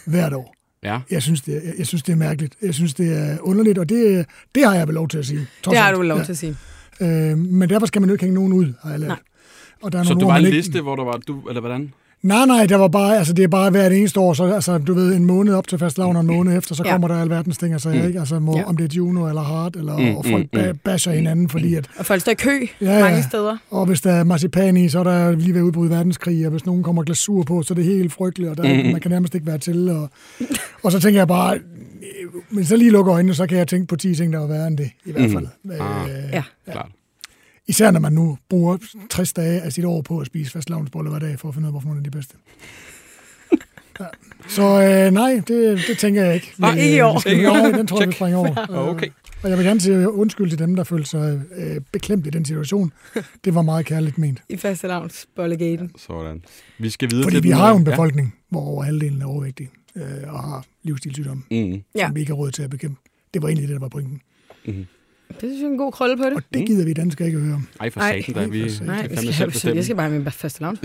[SPEAKER 3] hvert år.
[SPEAKER 2] Ja.
[SPEAKER 3] Jeg synes, det, jeg, jeg synes, det er mærkeligt. Jeg synes, det er underligt, og det, det har jeg vel lov til at sige. trods
[SPEAKER 1] Det har
[SPEAKER 3] alt.
[SPEAKER 1] du vel lov
[SPEAKER 3] Ja.
[SPEAKER 1] til at sige.
[SPEAKER 3] Øh, men derfor skal man jo ikke hænge nogen ud, har jeg lært.
[SPEAKER 1] Nej.
[SPEAKER 3] Og der er
[SPEAKER 2] Så
[SPEAKER 3] nogle
[SPEAKER 2] du
[SPEAKER 3] ord,
[SPEAKER 2] var en
[SPEAKER 3] man ikke-
[SPEAKER 2] liste, hvor der var du, eller hvordan?
[SPEAKER 3] Nej, nej, der var bare, altså det er bare hvert eneste år, så altså, du ved, en måned op til fastelavn og en måned efter, så
[SPEAKER 1] Ja.
[SPEAKER 3] kommer der alverdens ting, altså, mm. ikke? altså må,
[SPEAKER 1] Ja.
[SPEAKER 3] om det er Juno eller Hart, eller mm, og folk ba- basher hinanden, fordi at,
[SPEAKER 1] Og folk står i kø
[SPEAKER 3] Ja, ja.
[SPEAKER 1] mange steder.
[SPEAKER 3] og hvis der er marcipan i, så er der lige ved at udbryde verdenskrig, og hvis nogen kommer glasur på, så er det helt frygteligt, og der, mm. man kan nærmest ikke være til, og, og så tænker jeg bare, øh, men så lige lukker øjnene, så kan jeg tænke på 10 ting, der er værre end det, i hvert fald. Mm. Øh,
[SPEAKER 1] Ja.
[SPEAKER 2] Klart.
[SPEAKER 3] I Især når man nu bruger 60 dage af sit år på at spise fastelavnsboller hver dag, for at finde ud af, hvorfor nogle er de bedste. Ja. Så øh, nej, det, det tænker jeg ikke.
[SPEAKER 1] Og ikke i
[SPEAKER 3] øh,
[SPEAKER 1] år.
[SPEAKER 3] vi skal-
[SPEAKER 2] Ikke i år.
[SPEAKER 3] Nej, den tror jeg, vi
[SPEAKER 2] Check.
[SPEAKER 3] springer over. Øh,
[SPEAKER 2] Okay.
[SPEAKER 3] Og jeg vil gerne sige undskyld til dem, der følte sig øh, beklemt i den situation. Det var meget kærligt ment.
[SPEAKER 1] i fastelavnsbollegaten.
[SPEAKER 2] Sådan. Vi skal videre
[SPEAKER 3] Fordi
[SPEAKER 2] til
[SPEAKER 3] vi
[SPEAKER 2] den-
[SPEAKER 3] har jo en befolkning, ja. hvor over halvdelen er overvægtige øh, og har livsstilssygdomme,
[SPEAKER 2] Ja. Mm.
[SPEAKER 1] Ja.
[SPEAKER 3] ja. som vi ikke har råd til at bekæmpe. Det var egentlig det, der var pointen.
[SPEAKER 1] Det synes jeg er en god krølle på det.
[SPEAKER 3] Og det gider vi danskere ikke at høre om.
[SPEAKER 2] Ej, for
[SPEAKER 1] Ej.
[SPEAKER 2] satan, da. Vi,
[SPEAKER 3] Ej, for
[SPEAKER 2] skal
[SPEAKER 3] satan.
[SPEAKER 1] Nej,
[SPEAKER 2] fandme
[SPEAKER 1] jeg skal, jeg,
[SPEAKER 2] selv
[SPEAKER 1] skal,
[SPEAKER 2] bestemme.
[SPEAKER 1] jeg skal bare med min faste lavn.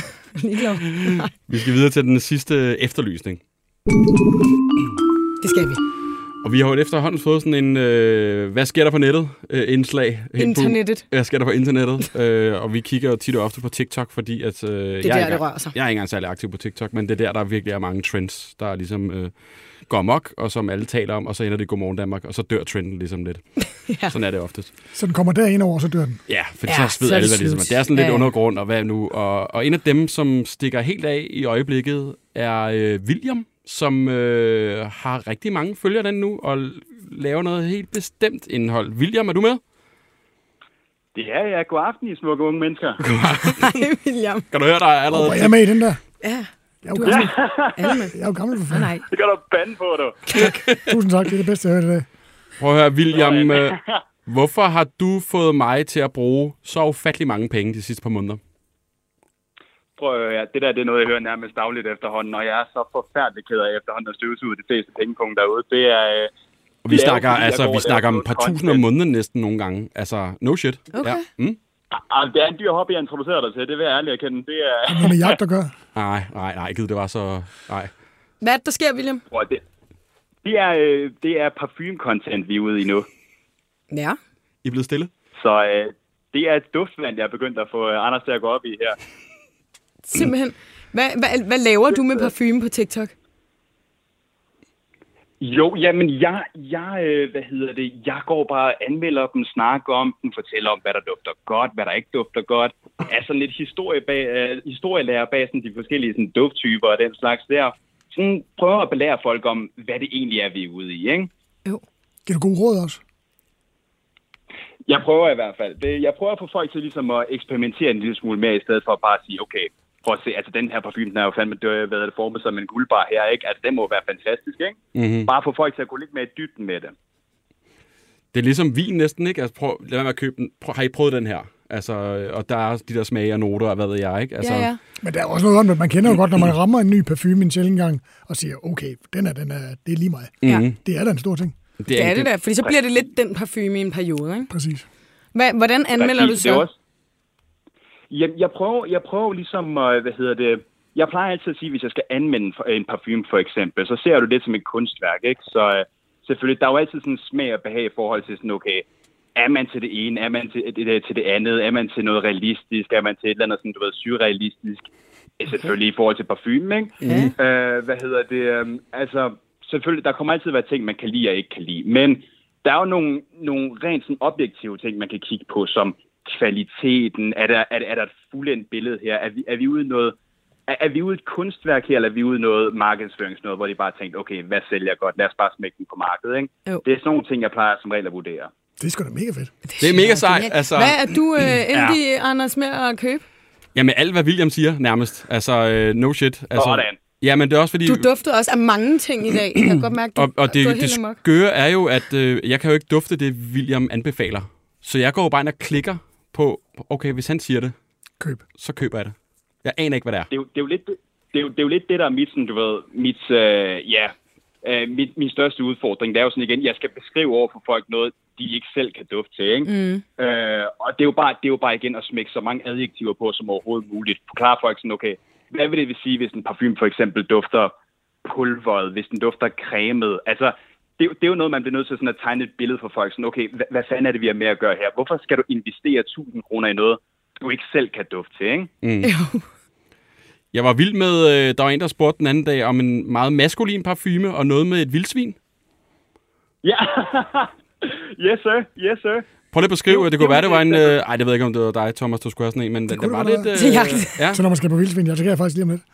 [SPEAKER 1] Ligeglad.
[SPEAKER 3] Mm.
[SPEAKER 2] Vi skal videre til den sidste efterlysning.
[SPEAKER 1] Det skal vi.
[SPEAKER 2] Og vi har jo efterhånden fået sådan en, øh, hvad sker der på nettet, øh, indslag. hen på-
[SPEAKER 1] Internettet.
[SPEAKER 2] Hvad sker der på internettet? øh, og vi kigger jo tit og ofte på TikTok, fordi at, øh, det er jeg,
[SPEAKER 1] der,
[SPEAKER 2] er
[SPEAKER 1] det
[SPEAKER 2] ikke,
[SPEAKER 1] rører sig.
[SPEAKER 2] jeg er ikke engang særlig aktiv på TikTok, men det er der, der virkelig er mange trends, der ligesom øh, går amok, og som alle taler om, og så ender det i Godmorgen Danmark, og så dør trenden ligesom lidt.
[SPEAKER 1] Ja.
[SPEAKER 2] Sådan er det oftest.
[SPEAKER 3] Så den kommer derind over, så dør den.
[SPEAKER 2] Ja, for
[SPEAKER 1] Ja,
[SPEAKER 2] ja, så ved
[SPEAKER 1] så er
[SPEAKER 2] alle,
[SPEAKER 1] det
[SPEAKER 2] hvad ligesom. er.
[SPEAKER 1] slut.
[SPEAKER 2] Det er sådan lidt
[SPEAKER 1] Ja, ja.
[SPEAKER 2] undergrund, og hvad nu? Og, og en af dem, som stikker helt af i øjeblikket, er øh, William, som øh, har rigtig mange følgere den nu, og laver noget helt bestemt indhold. William, er du med?
[SPEAKER 6] Det er jeg. God aften, I smukke unge mennesker.
[SPEAKER 1] Ej, William.
[SPEAKER 2] Kan du høre dig allerede?
[SPEAKER 3] Og jeg er med i den der.
[SPEAKER 1] Ja,
[SPEAKER 3] Jeg er jo
[SPEAKER 1] du
[SPEAKER 3] gammel,
[SPEAKER 1] er alle med.
[SPEAKER 3] jeg er jo gammel for
[SPEAKER 1] Ah,
[SPEAKER 3] fanden.
[SPEAKER 1] nej.
[SPEAKER 6] Det gør du bande på, du.
[SPEAKER 3] Tusind tak, det er det bedste, jeg har hørt i dag.
[SPEAKER 2] Prøv at høre, William. Øh, hvorfor har du fået mig til at bruge så ufattelig mange penge de sidste par måneder?
[SPEAKER 6] Prøv at høre, her. det der det er noget, jeg hører nærmest dagligt efterhånden, og jeg er så forfærdelig ked af efterhånden at støvsuge de fleste pengepunkter derude. Det er... Øh,
[SPEAKER 2] Og vi
[SPEAKER 6] Det er jo,
[SPEAKER 2] snakker,
[SPEAKER 6] fordi jeg går
[SPEAKER 2] altså,
[SPEAKER 6] og
[SPEAKER 2] vi
[SPEAKER 6] laver
[SPEAKER 2] snakker om et
[SPEAKER 6] noget
[SPEAKER 2] par
[SPEAKER 6] content.
[SPEAKER 2] tusinder om måneden næsten nogle gange. Altså, no shit.
[SPEAKER 1] Okay.
[SPEAKER 2] Mm?
[SPEAKER 6] ah, det er en dyr hobby, jeg introducerer dig til. Det vil jeg ærligt erkende. Det er...
[SPEAKER 3] Noget med jagt at gøre.
[SPEAKER 2] Nej, nej, nej, gid, det var så... Nej.
[SPEAKER 1] Hvad er det, der sker, William?
[SPEAKER 6] Prøv, at- det, det er, øh, det er parfume-content, vi er ude i nu.
[SPEAKER 1] Ja.
[SPEAKER 2] I er blevet stille?
[SPEAKER 6] Så øh, det er et duftvand, jeg er begyndt at få øh, Anders til at gå op i her.
[SPEAKER 1] Simpelthen. Hvad, hvad, hvad laver du med parfume på TikTok?
[SPEAKER 6] Jo, jamen, jeg, jeg, øh, hvad hedder det, jeg går bare og anmelder dem, snakker om dem, fortæller om, hvad der dufter godt, hvad der ikke dufter godt. Er sådan lidt historie bag, øh, historielærer bag sådan de forskellige sådan, dufttyper og den slags der. Sådan prøver at belære folk om, hvad det egentlig er, vi er ude i, ikke?
[SPEAKER 1] Jo.
[SPEAKER 3] Giver du gode råd også?
[SPEAKER 6] Jeg prøver i hvert fald. Det- Jeg prøver at få folk til ligesom at eksperimentere en lille smule mere, i stedet for bare at sige, okay, prøv at se, altså den her parfume, den er jo fandme dør, hvad er det formet som en guldbar her, ikke? Altså den må være fantastisk, ikke? Mm-hmm. Bare få folk til at gå lidt mere i dybden med det.
[SPEAKER 2] Det er ligesom vin næsten, ikke? Altså, prøv, lad være med at købe den. Prøv, har I prøvet den her? Altså, og der er de der smage og noter og hvad ved jeg, ikke? Altså,
[SPEAKER 1] Ja, ja.
[SPEAKER 3] Men der er også noget om, at man kender jo godt, når man rammer en ny parfume en sjældent gang, og siger, okay, den er, den er, det er lige mig.
[SPEAKER 1] Ja.
[SPEAKER 3] Det er da en stor ting.
[SPEAKER 1] Det er
[SPEAKER 2] en-
[SPEAKER 1] det der, fordi så bliver det lidt den parfume i en periode, ikke?
[SPEAKER 3] Præcis.
[SPEAKER 1] Hvad, hvordan anmelder du
[SPEAKER 6] Præcis, det er
[SPEAKER 1] så?
[SPEAKER 6] også- Jamen, jeg prøver, jeg prøver ligesom, øh, hvad hedder det, jeg plejer altid at sige, hvis jeg skal anvende en- en parfume for eksempel, så ser du det som et kunstværk, ikke? Så øh, selvfølgelig, der er jo altid sådan smag og behag i forhold til sådan, okay, er man til det ene, er man til det, til det andet, er man til noget realistisk, er man til et eller andet sådan, du ved, surrealistisk, okay. selvfølgelig i forhold til parfume, ikke?
[SPEAKER 1] Ja.
[SPEAKER 6] Øh, hvad hedder det, øh, altså, selvfølgelig, der kommer altid at være ting, man kan lide og ikke kan lide, men der er jo nogle, nogle rent sådan objektive ting, man kan kigge på, som kvaliteten, er der, er, der- er der et fuldendt billede her, er vi, er vi ude i noget, er, er vi ude i et kunstværk her, eller er vi ude i noget markedsføringsnoget, hvor de bare tænkte, okay, hvad sælger godt, lad os bare smække den på markedet, ikke?
[SPEAKER 1] Jo.
[SPEAKER 6] Det er sådan nogle ting, jeg plejer som regel at vurdere.
[SPEAKER 3] Det er sgu da mega fedt.
[SPEAKER 2] Det er mega sejt, altså.
[SPEAKER 1] Hvad er du øh, endelig, Anders, med at købe?
[SPEAKER 2] Jamen, alt hvad William siger, nærmest. Altså, øh, no shit. Altså,
[SPEAKER 6] Sådan.
[SPEAKER 2] Jamen, det er også fordi...
[SPEAKER 1] Du duftede også af mange ting i dag. Jeg kan godt mærke, du
[SPEAKER 2] og, og
[SPEAKER 1] du er
[SPEAKER 2] det,
[SPEAKER 1] helt
[SPEAKER 2] det
[SPEAKER 1] amok.
[SPEAKER 2] skøre er jo, at øh, jeg kan jo ikke dufte det, William anbefaler. Så jeg går jo bare ind og klikker på, okay, hvis han siger det,
[SPEAKER 3] Køb.
[SPEAKER 2] så køber jeg det. Jeg aner ikke, hvad det er.
[SPEAKER 6] det er jo, det er jo lidt det, det, er jo, det er jo lidt det, der er mit, sådan, du ved, mit, øh, ja, øh, mit, min største udfordring. Det er jo sådan igen, jeg skal beskrive over for folk noget, de ikke selv kan dufte til, ikke? Mm. Øh, og det er, jo bare, det er jo bare igen at smække så mange adjektiver på som overhovedet muligt. Forklare folk sådan, okay, hvad vil det vil sige, hvis en parfume for eksempel dufter pulveret, hvis den dufter cremet? Altså, det, er jo- det er jo noget, man bliver nødt til sådan at tegne et billede for folk. Sådan, okay, hvad, hvad fanden er det, vi har med at gøre her? Hvorfor skal du investere 1000 kroner i noget, du ikke selv kan dufte til, ikke?
[SPEAKER 2] Mm. Jeg var vild med, øh, der var en, der spurgte den anden dag om en meget maskulin parfume og noget med et vildsvin.
[SPEAKER 6] Ja. yes, sir. Yes, sir.
[SPEAKER 2] Prøv lige at beskrive,
[SPEAKER 6] Jo,
[SPEAKER 2] at det
[SPEAKER 6] jo,
[SPEAKER 2] kunne være, det var en...
[SPEAKER 6] det-
[SPEAKER 2] Øh, ej, det ved jeg ikke, om det var dig, Thomas, du skulle have sådan en, men det, det
[SPEAKER 3] kunne
[SPEAKER 2] var
[SPEAKER 3] det
[SPEAKER 2] lidt...
[SPEAKER 3] godt
[SPEAKER 2] Øh,
[SPEAKER 1] være. Til
[SPEAKER 2] ja.
[SPEAKER 3] Så når man skal på vildsvin, ja, så kan jeg faktisk lige om lidt.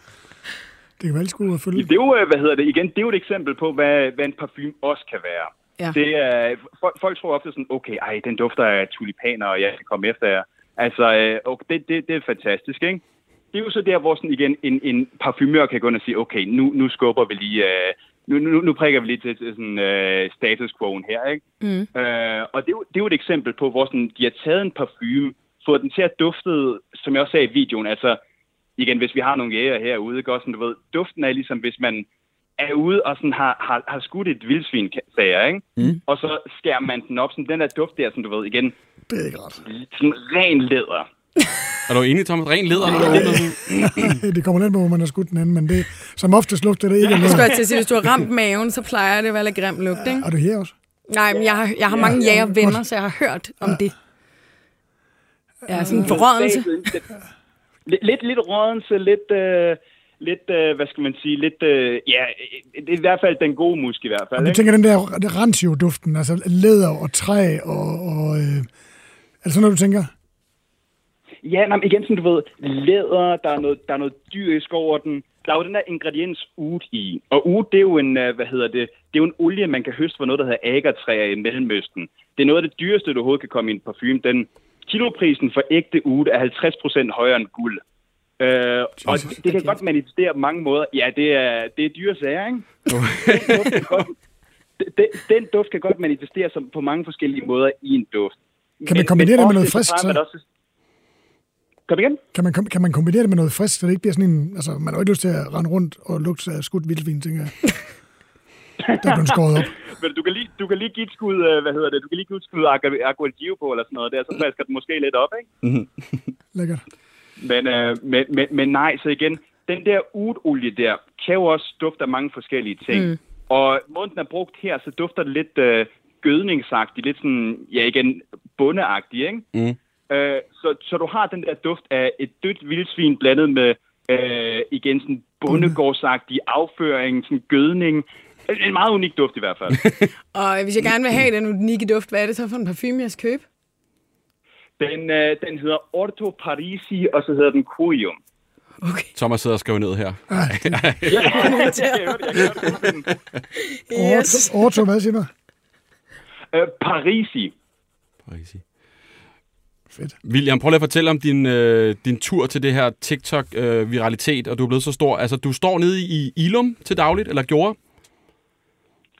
[SPEAKER 3] Det kan være, at skulle følge.
[SPEAKER 6] Det er jo, øh, hvad hedder det, igen, det er jo et eksempel på, hvad, hvad en parfume også kan være.
[SPEAKER 1] Ja.
[SPEAKER 6] Det er, folk, folk tror ofte sådan, okay, ej, den dufter af tulipaner, og jeg kan komme efter jer. Altså, øh, okay, det, det, det er fantastisk, ikke? Det er jo så der, hvor sådan igen en, en parfumør kan gå ind og sige, okay, nu, nu skubber vi lige, øh, nu, nu, nu prikker vi lige til, til sådan, øh, status quo'en her, ikke? Mm. Øh, og det, er jo- det er jo et eksempel på, hvor sådan, de har taget en parfume, fået den til at dufte, som jeg også sagde i videoen, altså, igen, hvis vi har nogle jæger herude, ikke? Også, sådan, du ved, duften er ligesom, hvis man er ude og sådan har, har, har skudt et vildsvin, kan- sagde jeg, ikke? Mm. Og så skærer man den op, sådan den der duft der, som du ved, igen,
[SPEAKER 3] Det er ikke ret.
[SPEAKER 6] sådan ren læder.
[SPEAKER 2] Er du enig, Thomas? Ren leder, når du åbner den.
[SPEAKER 3] Det kommer lidt på, hvor man har skudt den anden, men det, som oftest lugter det ikke af
[SPEAKER 1] Jeg skulle
[SPEAKER 3] noget.
[SPEAKER 1] til at sige, hvis du har ramt maven, så plejer det at være lidt grim lugt, ikke?
[SPEAKER 3] Er du her også?
[SPEAKER 1] Nej, men jeg har, jeg har mange jægervenner, så jeg har hørt om det. Ja, sådan en forrådelse.
[SPEAKER 6] Lidt, lidt, lidt rådelse, lidt, øh, lidt øh, hvad skal man sige, lidt, øh, ja, det er i hvert fald den gode musk i hvert fald,
[SPEAKER 3] Jeg
[SPEAKER 6] ikke?
[SPEAKER 3] tænker den der rancio-duften, altså læder og træ og... og øh, er det sådan noget, du tænker?
[SPEAKER 6] Ja, nej, men igen, sådan, du ved, læder, der er, noget, der er noget dyrisk over den. Der er jo den der ingrediens oud i. Og oud, det er jo en, øh, hvad hedder det, det er jo en olie, man kan høste fra noget, der hedder agertræer i Mellemøsten. Det er noget af det dyreste, du overhovedet kan komme i en parfume. Den kiloprisen for ægte oud er 50% højere end guld. Øh, og det, det kan godt manifestere på mange måder. Ja, det er, det er dyre sager, ikke? Den duft kan godt- den, den duft kan godt manifestere sig på mange forskellige måder i en duft.
[SPEAKER 3] man kombinere det med noget
[SPEAKER 6] ofte så
[SPEAKER 3] frisk,
[SPEAKER 6] plejer man
[SPEAKER 3] så?
[SPEAKER 6] også- Kom igen?
[SPEAKER 3] Kan man, kom- kan man kombinere det med noget frisk, så det ikke bliver sådan en... Altså, man har jo ikke lyst til at rende rundt og lugte af skudt vildsvin, tænker jeg. Der er blevet skåret op.
[SPEAKER 6] Men du kan lige, du kan lige give et skud, øh, hvad hedder det, du kan lige give et skud Agua- Agua Gio på eller sådan noget der, så frisker den måske lidt op, ikke?
[SPEAKER 3] Lækkert.
[SPEAKER 6] Men, øh, men, men, men nej, så igen, den der udolie der, kan jo også dufte af mange forskellige ting. Mm. Og måden den er brugt her, så dufter det lidt øh, gødningsagtigt, lidt sådan, ja igen, bundeagtigt, ikke? Mm. Øh, så, så du har den der duft af et dødt vildsvin blandet med, øh, igen, sådan bondegårdsagtig afføring, sådan gødning. En en meget unik duft i hvert fald.
[SPEAKER 1] Og hvis jeg gerne vil have den unikke duft, hvad er det så for en parfume, jeg skal købe?
[SPEAKER 6] Den, øh, den hedder Orto Parisi, og så hedder den Curium.
[SPEAKER 1] Okay.
[SPEAKER 2] Thomas sidder og skriver ned her.
[SPEAKER 6] Jeg kan høre det, jeg kan høre det. på den.
[SPEAKER 1] Yes.
[SPEAKER 3] Orto, Orto, hvad siger du?
[SPEAKER 6] Øh, Parisi.
[SPEAKER 2] Præcis.
[SPEAKER 3] Fedt.
[SPEAKER 2] William, prøv lige at fortælle om din, øh, din tur til det her TikTok-viralitet, og du er blevet så stor. Altså, du står nede i Ilum til dagligt, eller gjorde?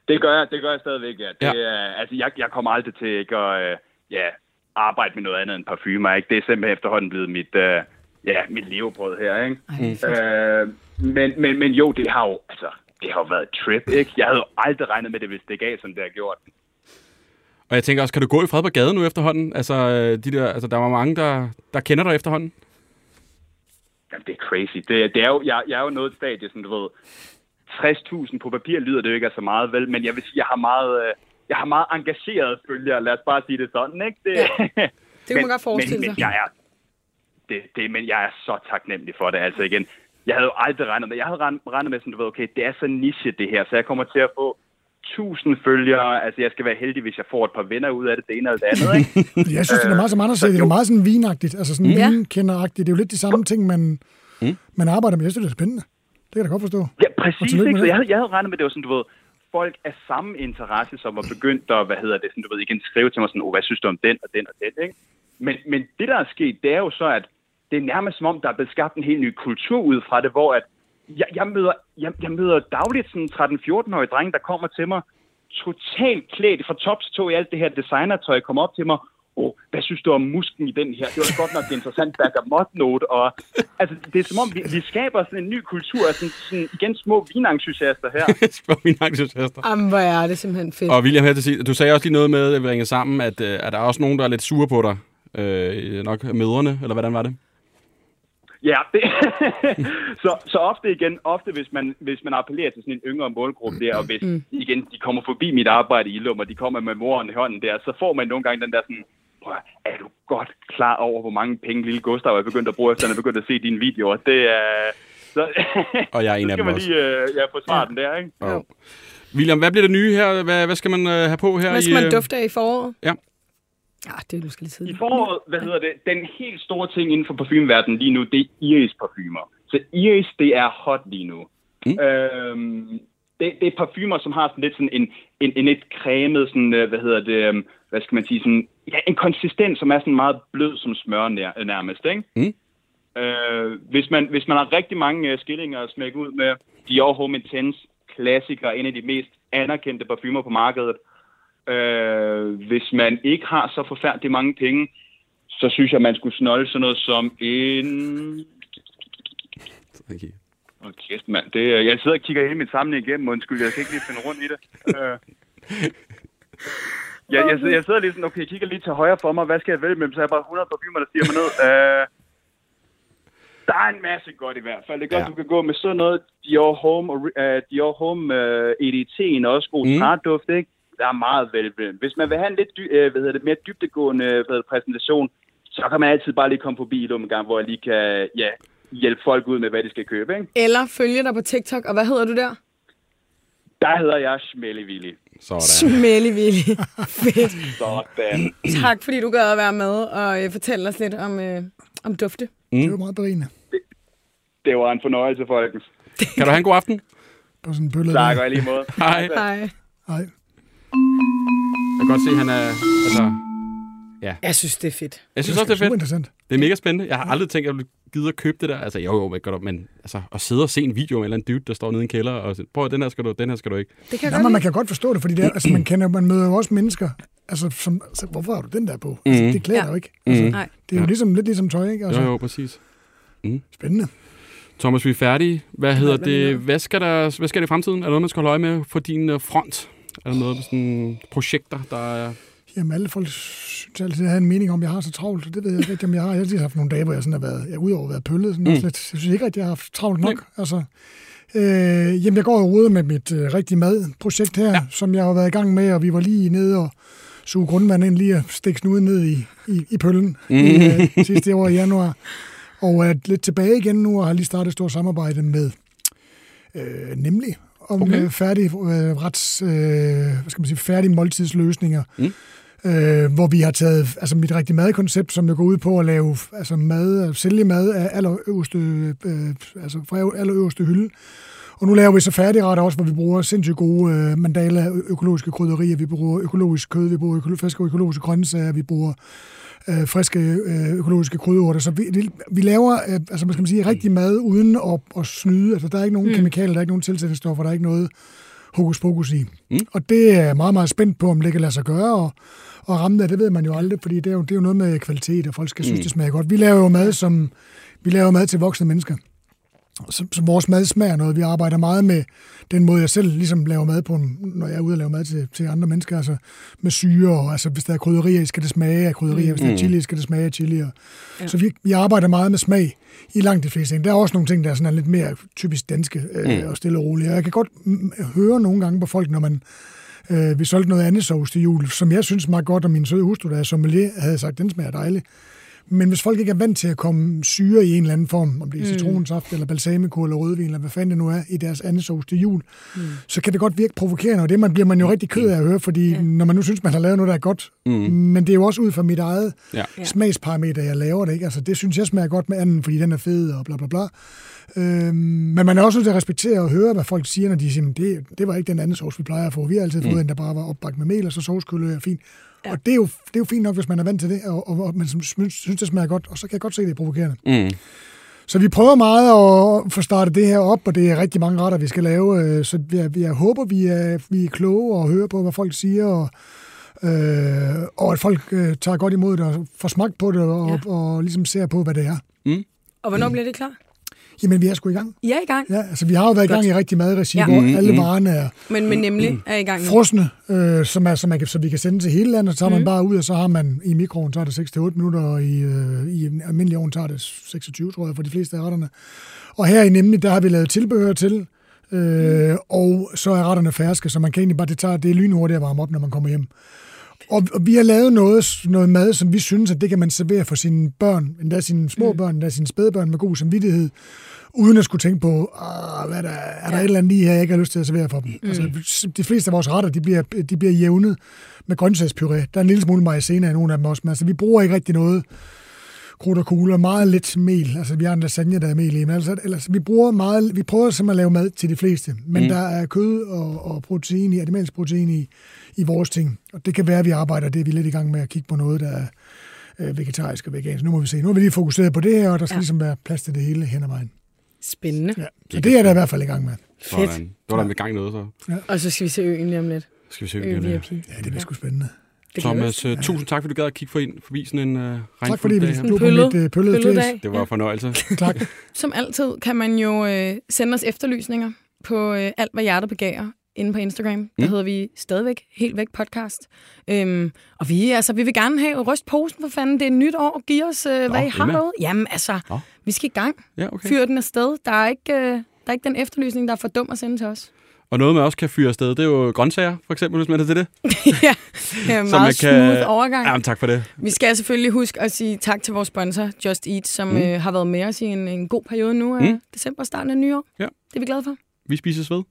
[SPEAKER 6] Det gør jeg, det gør jeg stadigvæk, ja. Det,
[SPEAKER 2] Ja.
[SPEAKER 6] ja. altså, jeg, jeg kommer aldrig til ikke at øh, ja, arbejde med noget andet end parfumer. Ikke? Det er simpelthen efterhånden blevet mit, øh, ja, mit levebrød her. Ikke? Øh, men, men, men jo, det har jo, altså, det har jo været et trip. Ikke? Jeg havde jo aldrig regnet med, det ville stikke af, som det har gjort.
[SPEAKER 2] Og jeg tænker også, kan du gå i fred på gaden nu efterhånden? Altså, øh, de der, altså der var mange, der, der kender dig efterhånden.
[SPEAKER 6] Jamen, det er crazy. Det, det er jo, jeg, jeg er jo nået et stadie, sådan du ved, 60.000 på papir lyder det jo ikke af så meget, vel? Men jeg vil sige, jeg har meget, øh, jeg har meget engagerede følgere, lad os bare sige det sådan, ikke? Det, ja.
[SPEAKER 1] Det kunne man godt forestille
[SPEAKER 6] men,
[SPEAKER 1] sig.
[SPEAKER 6] men, jeg er, det, det, men jeg er så taknemmelig for det, altså igen. Jeg havde jo aldrig regnet med, jeg havde regn- regnet med sådan, du ved, okay, det er så niche det her, så jeg kommer til at få 1000 følgere, altså jeg skal være heldig, hvis jeg får et par venner ud af det, det ene eller det andet, ikke?
[SPEAKER 3] Jeg synes, det er meget, som Anders sagde, det er jo meget sådan vinagtigt, altså sådan
[SPEAKER 1] Ja.
[SPEAKER 3] vinkenderagtigt. Det er jo lidt de samme ting, man, man arbejder med. Jeg synes, det er spændende. Det kan jeg da godt forstå.
[SPEAKER 6] Ja,
[SPEAKER 3] Og
[SPEAKER 6] præcis.
[SPEAKER 3] tillykke
[SPEAKER 6] Ikke?
[SPEAKER 3] med
[SPEAKER 6] Så
[SPEAKER 3] det.
[SPEAKER 6] jeg, havde, jeg havde regnet med, at det var sådan, du ved, folk af samme interesse, som var begyndt at, hvad hedder det, sådan, du ved, igen skrive til mig sådan, oh, hvad synes du om den og den og den, ikke? Men, men det, der er sket, det er jo så, at det er nærmest som om, der er blevet skabt en helt ny kultur ud fra det, hvor at jeg, jeg, møder, jeg, jeg møder dagligt sådan 13-14-årige drenge, der kommer til mig totalt klædt fra top til tå i alt det her designertøj, kommer op til mig, åh, hvad synes du om musken i den her? Det var da godt nok en interessant bergamotnote. Og, altså, det er som om, vi, vi skaber sådan en ny kultur af sådan, sådan igen små vinentusiaster her.
[SPEAKER 2] Spørg min entusiaster.
[SPEAKER 1] Jamen, hvor er det simpelthen fedt.
[SPEAKER 2] Og William, her til sidst, du sagde også lige noget med, at vi ringede sammen, at, øh, at der er også nogen, der er lidt sure på dig. Øh, nok møderne, eller hvordan var det?
[SPEAKER 6] Ja, det. så, så ofte igen, ofte hvis man, hvis man appellerer til sådan en yngre målgruppe der, og
[SPEAKER 2] Mm,
[SPEAKER 6] hvis igen, de kommer forbi mit arbejde i Ilum, og de kommer med moren i hånden der, så får man nogle gange den der sådan, prøv at høre, er du godt klar over, hvor mange penge lille Gustav er begyndt at bruge, efter han er begyndt at se dine videoer? Det er... Så,
[SPEAKER 2] Og jeg er en
[SPEAKER 6] så
[SPEAKER 2] af
[SPEAKER 6] skal
[SPEAKER 2] dem
[SPEAKER 6] man
[SPEAKER 2] også.
[SPEAKER 6] lige øh, ja, forsvare den der, ikke?
[SPEAKER 2] Og... William, hvad bliver det nye her? Hvad, hvad skal man øh, have på her?
[SPEAKER 1] Hvad skal
[SPEAKER 2] i,
[SPEAKER 1] man
[SPEAKER 2] øh,
[SPEAKER 1] dufte af i foråret?
[SPEAKER 2] Ja.
[SPEAKER 1] Ja, det er måske lidt
[SPEAKER 6] I
[SPEAKER 1] tidligt.
[SPEAKER 6] foråret, hvad hedder det, den helt store ting inden for parfumeverdenen lige nu, det er Iris-parfumer. Så Iris, det er hot lige nu. Mm. Øhm, det, det er parfumer, som har sådan lidt sådan en, en, en lidt cremet, sådan, øh, hvad hedder det, øhm, hvad skal man sige, sådan, ja, en konsistens, som er sådan meget blød som smør nær, nærmest, ikke?
[SPEAKER 2] Mm.
[SPEAKER 6] Øh, hvis, man, hvis man har rigtig mange øh, skillinger at smække ud med, Dior Home Intense, klassiker, en af de mest anerkendte parfumer på markedet, øh, hvis man ikke har så forfærdeligt mange penge, så synes jeg, man skulle snolde sådan noget som en
[SPEAKER 2] Okay.
[SPEAKER 6] Åh, kæft, mand. Det, øh, jeg sidder og kigger hele min samling igennem. Undskyld, jeg kan ikke lige finde rundt i det. Øh. Jeg, jeg, sidder- jeg sidder lige sådan, okay, jeg kigger lige til højre for mig. Hvad skal jeg vælge mellem? Så er jeg bare 100 parfumer, der stiger mig ned. Øh. Der er en masse godt i hvert fald. Det er godt,
[SPEAKER 2] Ja.
[SPEAKER 6] ja. du kan gå med sådan noget Dior Home, og Re- øh, Dior Home uh, EDT'en er også god
[SPEAKER 2] Mm.
[SPEAKER 6] mm. træduft, ikke? Der er meget velvendt. Hvis man vil have en lidt dy- øh, hvad hedder det, mere dybtegående øh, hvad hedder det, præsentation, så kan man altid bare lige komme forbi et omgang, hvor jeg lige kan ja, hjælpe folk ud med, hvad de skal købe, ikke?
[SPEAKER 1] Eller følge dig på TikTok, og hvad hedder du der?
[SPEAKER 6] Der hedder jeg Smellevillig.
[SPEAKER 2] Sådan.
[SPEAKER 1] Smellevillig. Fedt.
[SPEAKER 6] Sådan.
[SPEAKER 1] Tak, fordi du gad at være med og øh, fortælle os lidt om, øh, om dufte.
[SPEAKER 3] Det er jo meget berigende.
[SPEAKER 6] Det var en fornøjelse, folkens.
[SPEAKER 2] Kan du have en god aften?
[SPEAKER 3] På sådan en bøllet.
[SPEAKER 6] Tak, og i lige måde.
[SPEAKER 2] Hej.
[SPEAKER 1] Hej.
[SPEAKER 3] Nej.
[SPEAKER 2] Jeg kan godt se, at han er... Altså,
[SPEAKER 1] Jeg synes, det er fedt.
[SPEAKER 2] jeg synes også, det er
[SPEAKER 3] Super
[SPEAKER 2] fedt.
[SPEAKER 3] interessant.
[SPEAKER 2] Det er mega spændende. Jeg har aldrig tænkt, at jeg ville gide at købe det der. Altså, jo, jo, men, godt, men altså, at sidde og se en video med en eller anden dude, der står nede i en kælder og siger, prøv den her skal du, den her skal du ikke.
[SPEAKER 1] Det kan jeg
[SPEAKER 3] Ja, men
[SPEAKER 1] godt
[SPEAKER 3] man
[SPEAKER 1] lide.
[SPEAKER 3] kan godt forstå det, fordi det er, altså, man, kender, man møder jo også mennesker, altså, som, altså, hvorfor har du den der på? Altså, det klæder
[SPEAKER 1] Ja.
[SPEAKER 3] dig jo ikke. Altså,
[SPEAKER 1] Nej.
[SPEAKER 3] det er jo ligesom, lidt ligesom tøj, ikke? Altså,
[SPEAKER 2] Jo, jo, præcis.
[SPEAKER 3] spændende.
[SPEAKER 2] Thomas, vi er færdige. Hvad hedder det? Hvad skal der, hvad skal der i fremtiden? Er der noget, man skal holde øje med for din øh, front? Er der noget med sådan projekter, der er...
[SPEAKER 3] Jamen, alle folk synes altid, at jeg havde en mening om, at jeg har så travlt. Det ved jeg ikke, rigtig, om jeg har. Jeg har altid haft nogle dage, hvor jeg sådan har været, jeg udover at være pøllet, sådan mm. lidt. Jeg synes ikke, at jeg har haft travlt nok. Altså, øh, jamen, jeg går og roder med mit øh, rigtige madprojekt her, ja. som jeg har været i gang med, og vi var lige nede og suge grundvand ind lige og stikke snuden ned i, i, i pøllen mm. i, øh, sidste år i januar. Og er lidt tilbage igen nu, og har lige startet et stort samarbejde med øh, nemlig om okay. øh, færdige øh, rets, øh, hvad skal man sige, færdige måltidsløsninger, mm. øh, hvor vi har taget altså mit rigtig madkoncept, som jeg går ud på at lave altså mad, at sælge mad af allerøverste, øh, altså fra allerøverste hylde. Og nu laver vi så færdigretter også, hvor vi bruger sindssygt gode øh, mandala, ø- økologiske krydderier, vi bruger økologisk kød, vi bruger økolo- friske økologiske grøntsager, vi bruger øh, friske øh, økologiske krydderurter. Så vi, det- vi laver, øh, altså man skal man sige, rigtig mad uden at, at snyde. Altså der er ikke nogen mm. kemikalier, der er ikke nogen tilsætningsstoffer, der er ikke noget hokus pokus i. Mm. Og det er jeg meget, meget spændt på, om det kan lade sig gøre, og, og ramme der, det ved man jo aldrig, fordi det er jo, det er jo noget med kvalitet, og folk skal synes, det smager godt. Vi laver jo mad, som, vi laver mad til voksne mennesker så, så vores mad smager noget. Vi arbejder meget med den måde, jeg selv ligesom laver mad på, når jeg er ude og lave mad til, til andre mennesker, altså med syre, og altså hvis der er krydderier, skal det smage af krydderier, hvis der er chili, skal det smage af chili. Og, ja. Så vi, vi arbejder meget med smag i langt de fleste ting. Der er også nogle ting, der er sådan er lidt mere typisk danske øh, og stille og roligt. Og jeg kan godt mm, høre nogle gange på folk, når man Øh, vi solgte noget andet sovs til jul, som jeg synes meget godt, og min søde hustru, der er sommelier, havde sagt, den smager dejligt. Men hvis folk ikke er vant til at komme syre i en eller anden form, om det er citronsaft eller balsamico eller rødvin, eller hvad fanden det nu er, i deres andesovs til jul, mm. så kan det godt virke provokerende, og det man, bliver man jo rigtig ked af at høre, fordi ja. når man nu synes, man har lavet noget, der er godt, mm. men det er jo også ud fra mit eget
[SPEAKER 2] Ja.
[SPEAKER 3] ja. smagsparameter, jeg laver det, ikke? Altså, det synes jeg smager godt med anden, fordi den er fed og bla bla bla. Øhm, men man er også nødt til at respektere og høre, hvad folk siger, når de siger, "Men det, det var ikke den anden sovs, vi plejer at få. Vi har altid fået mm. en, der bare var opbagt med mel, og så sovskølle er fint. Ja. Og det er, jo, det er jo fint nok, hvis man er vant til det, og, og, og man synes, synes, det smager godt, og så kan jeg godt se, at det er provokerende.
[SPEAKER 2] Mm.
[SPEAKER 3] Så vi prøver meget at få startet det her op, og det er rigtig mange retter, vi skal lave. øh, Så jeg, jeg håber, vi er, vi er kloge og hører på, hvad folk siger, og, øh, og at folk øh, tager godt imod det og får smagt på det, og, ja. og, og ligesom ser på, hvad det er.
[SPEAKER 1] Og hvornår bliver det klar?
[SPEAKER 3] Jamen, vi er sgu i gang.
[SPEAKER 1] I er i gang,
[SPEAKER 3] Ja, altså, vi har jo været i gang i rigtig madregi,
[SPEAKER 1] Ja.
[SPEAKER 3] ja. hvor alle varerne er
[SPEAKER 1] men, men nemlig er I gang nu.
[SPEAKER 3] frosne, øh, som, er, som man kan, så vi kan sende til hele landet. Så tager mm. man bare ud, og så har man i mikroen, tager det 6-8 minutter, og i, øh, i en almindelig ovn tager det 26, tror jeg, for de fleste af retterne. Og her i Nemlig, der har vi lavet tilbehør til, øh, mm. og så er retterne ferske, så man kan egentlig bare, det, tager, det er lynhurtigt at varme op, når man kommer hjem. Og, og vi har lavet noget, noget mad, som vi synes, at det kan man servere for sine børn, endda sine små børn, endda sine spædbørn med god samvittighed, uden at skulle tænke på, "Ah, hvad er der, er der et eller andet lige her, jeg ikke har lyst til at servere for dem. Mm. Altså, de fleste af vores retter, de bliver, de bliver jævnet med grøntsagspuré. Der er en lille smule maizena i nogle af dem også, men altså, vi bruger ikke rigtig noget krudt og kugle og meget lidt mel. Altså, vi har en lasagne, der er mel i, men altså, ellers, vi, bruger meget, vi prøver simpelthen at lave mad til de fleste, men mm. der er kød og, og protein i, animalsk protein i, i vores ting. Og det kan være, at vi arbejder, det er vi lidt i gang med at kigge på noget, der er øh, vegetarisk og vegansk. Nu må vi se. Nu har vi lige fokuseret på det her, og der skal
[SPEAKER 1] Ja.
[SPEAKER 3] ja. ligesom være plads til det hele hen ad vejen.
[SPEAKER 1] Spændende.
[SPEAKER 3] Ja. Så det er der i hvert fald i gang med.
[SPEAKER 1] Fedt.
[SPEAKER 2] Sådan. Det var da med gang noget, så.
[SPEAKER 1] Og så skal vi se øen lige om lidt.
[SPEAKER 2] Skal Øh, vi se,
[SPEAKER 1] Ø
[SPEAKER 2] hvad det er.
[SPEAKER 1] VIP.
[SPEAKER 3] Ja, det bliver sgu spændende.
[SPEAKER 1] Det
[SPEAKER 2] Thomas, øh, tusind tak, fordi du gad at kigge for ind, forbi sådan en øh, regnfuld
[SPEAKER 3] Tak fordi vi
[SPEAKER 2] dag her.
[SPEAKER 1] En
[SPEAKER 3] blev på
[SPEAKER 1] pøllet-
[SPEAKER 3] mit øh, pøllede fjes.
[SPEAKER 1] Pølledag.
[SPEAKER 2] Det var en fornøjelse.
[SPEAKER 3] Tak.
[SPEAKER 1] Som altid kan man jo øh, sende os efterlysninger på øh, alt, hvad hjertet begærer inde på Instagram. Mm. Der hedder vi stadigvæk Helt Væk Podcast. Øhm, og vi, altså, vi vil gerne have ryst posen for fanden. Det er nyt år. Giv os, øh, hvad I har
[SPEAKER 2] Emma.
[SPEAKER 1] noget. Jamen altså,
[SPEAKER 2] Nå.
[SPEAKER 1] vi skal i gang.
[SPEAKER 2] Ja, okay.
[SPEAKER 1] Fyr den afsted. Der er, ikke, øh, der er ikke den efterlysning, der er for dum at sende til os.
[SPEAKER 2] Og noget, man også kan fyre afsted, det er jo grøntsager, for eksempel, hvis man er til det.
[SPEAKER 1] ja, ja, meget kan... smooth overgang.
[SPEAKER 2] Jamen, tak for det.
[SPEAKER 1] Vi skal selvfølgelig huske at sige tak til vores sponsor, Just Eat, som mm. øh, har været med os i en, en god periode nu af mm. december, starten af nyår.
[SPEAKER 2] Ja.
[SPEAKER 1] Det er vi glade for.
[SPEAKER 2] Vi spises ved.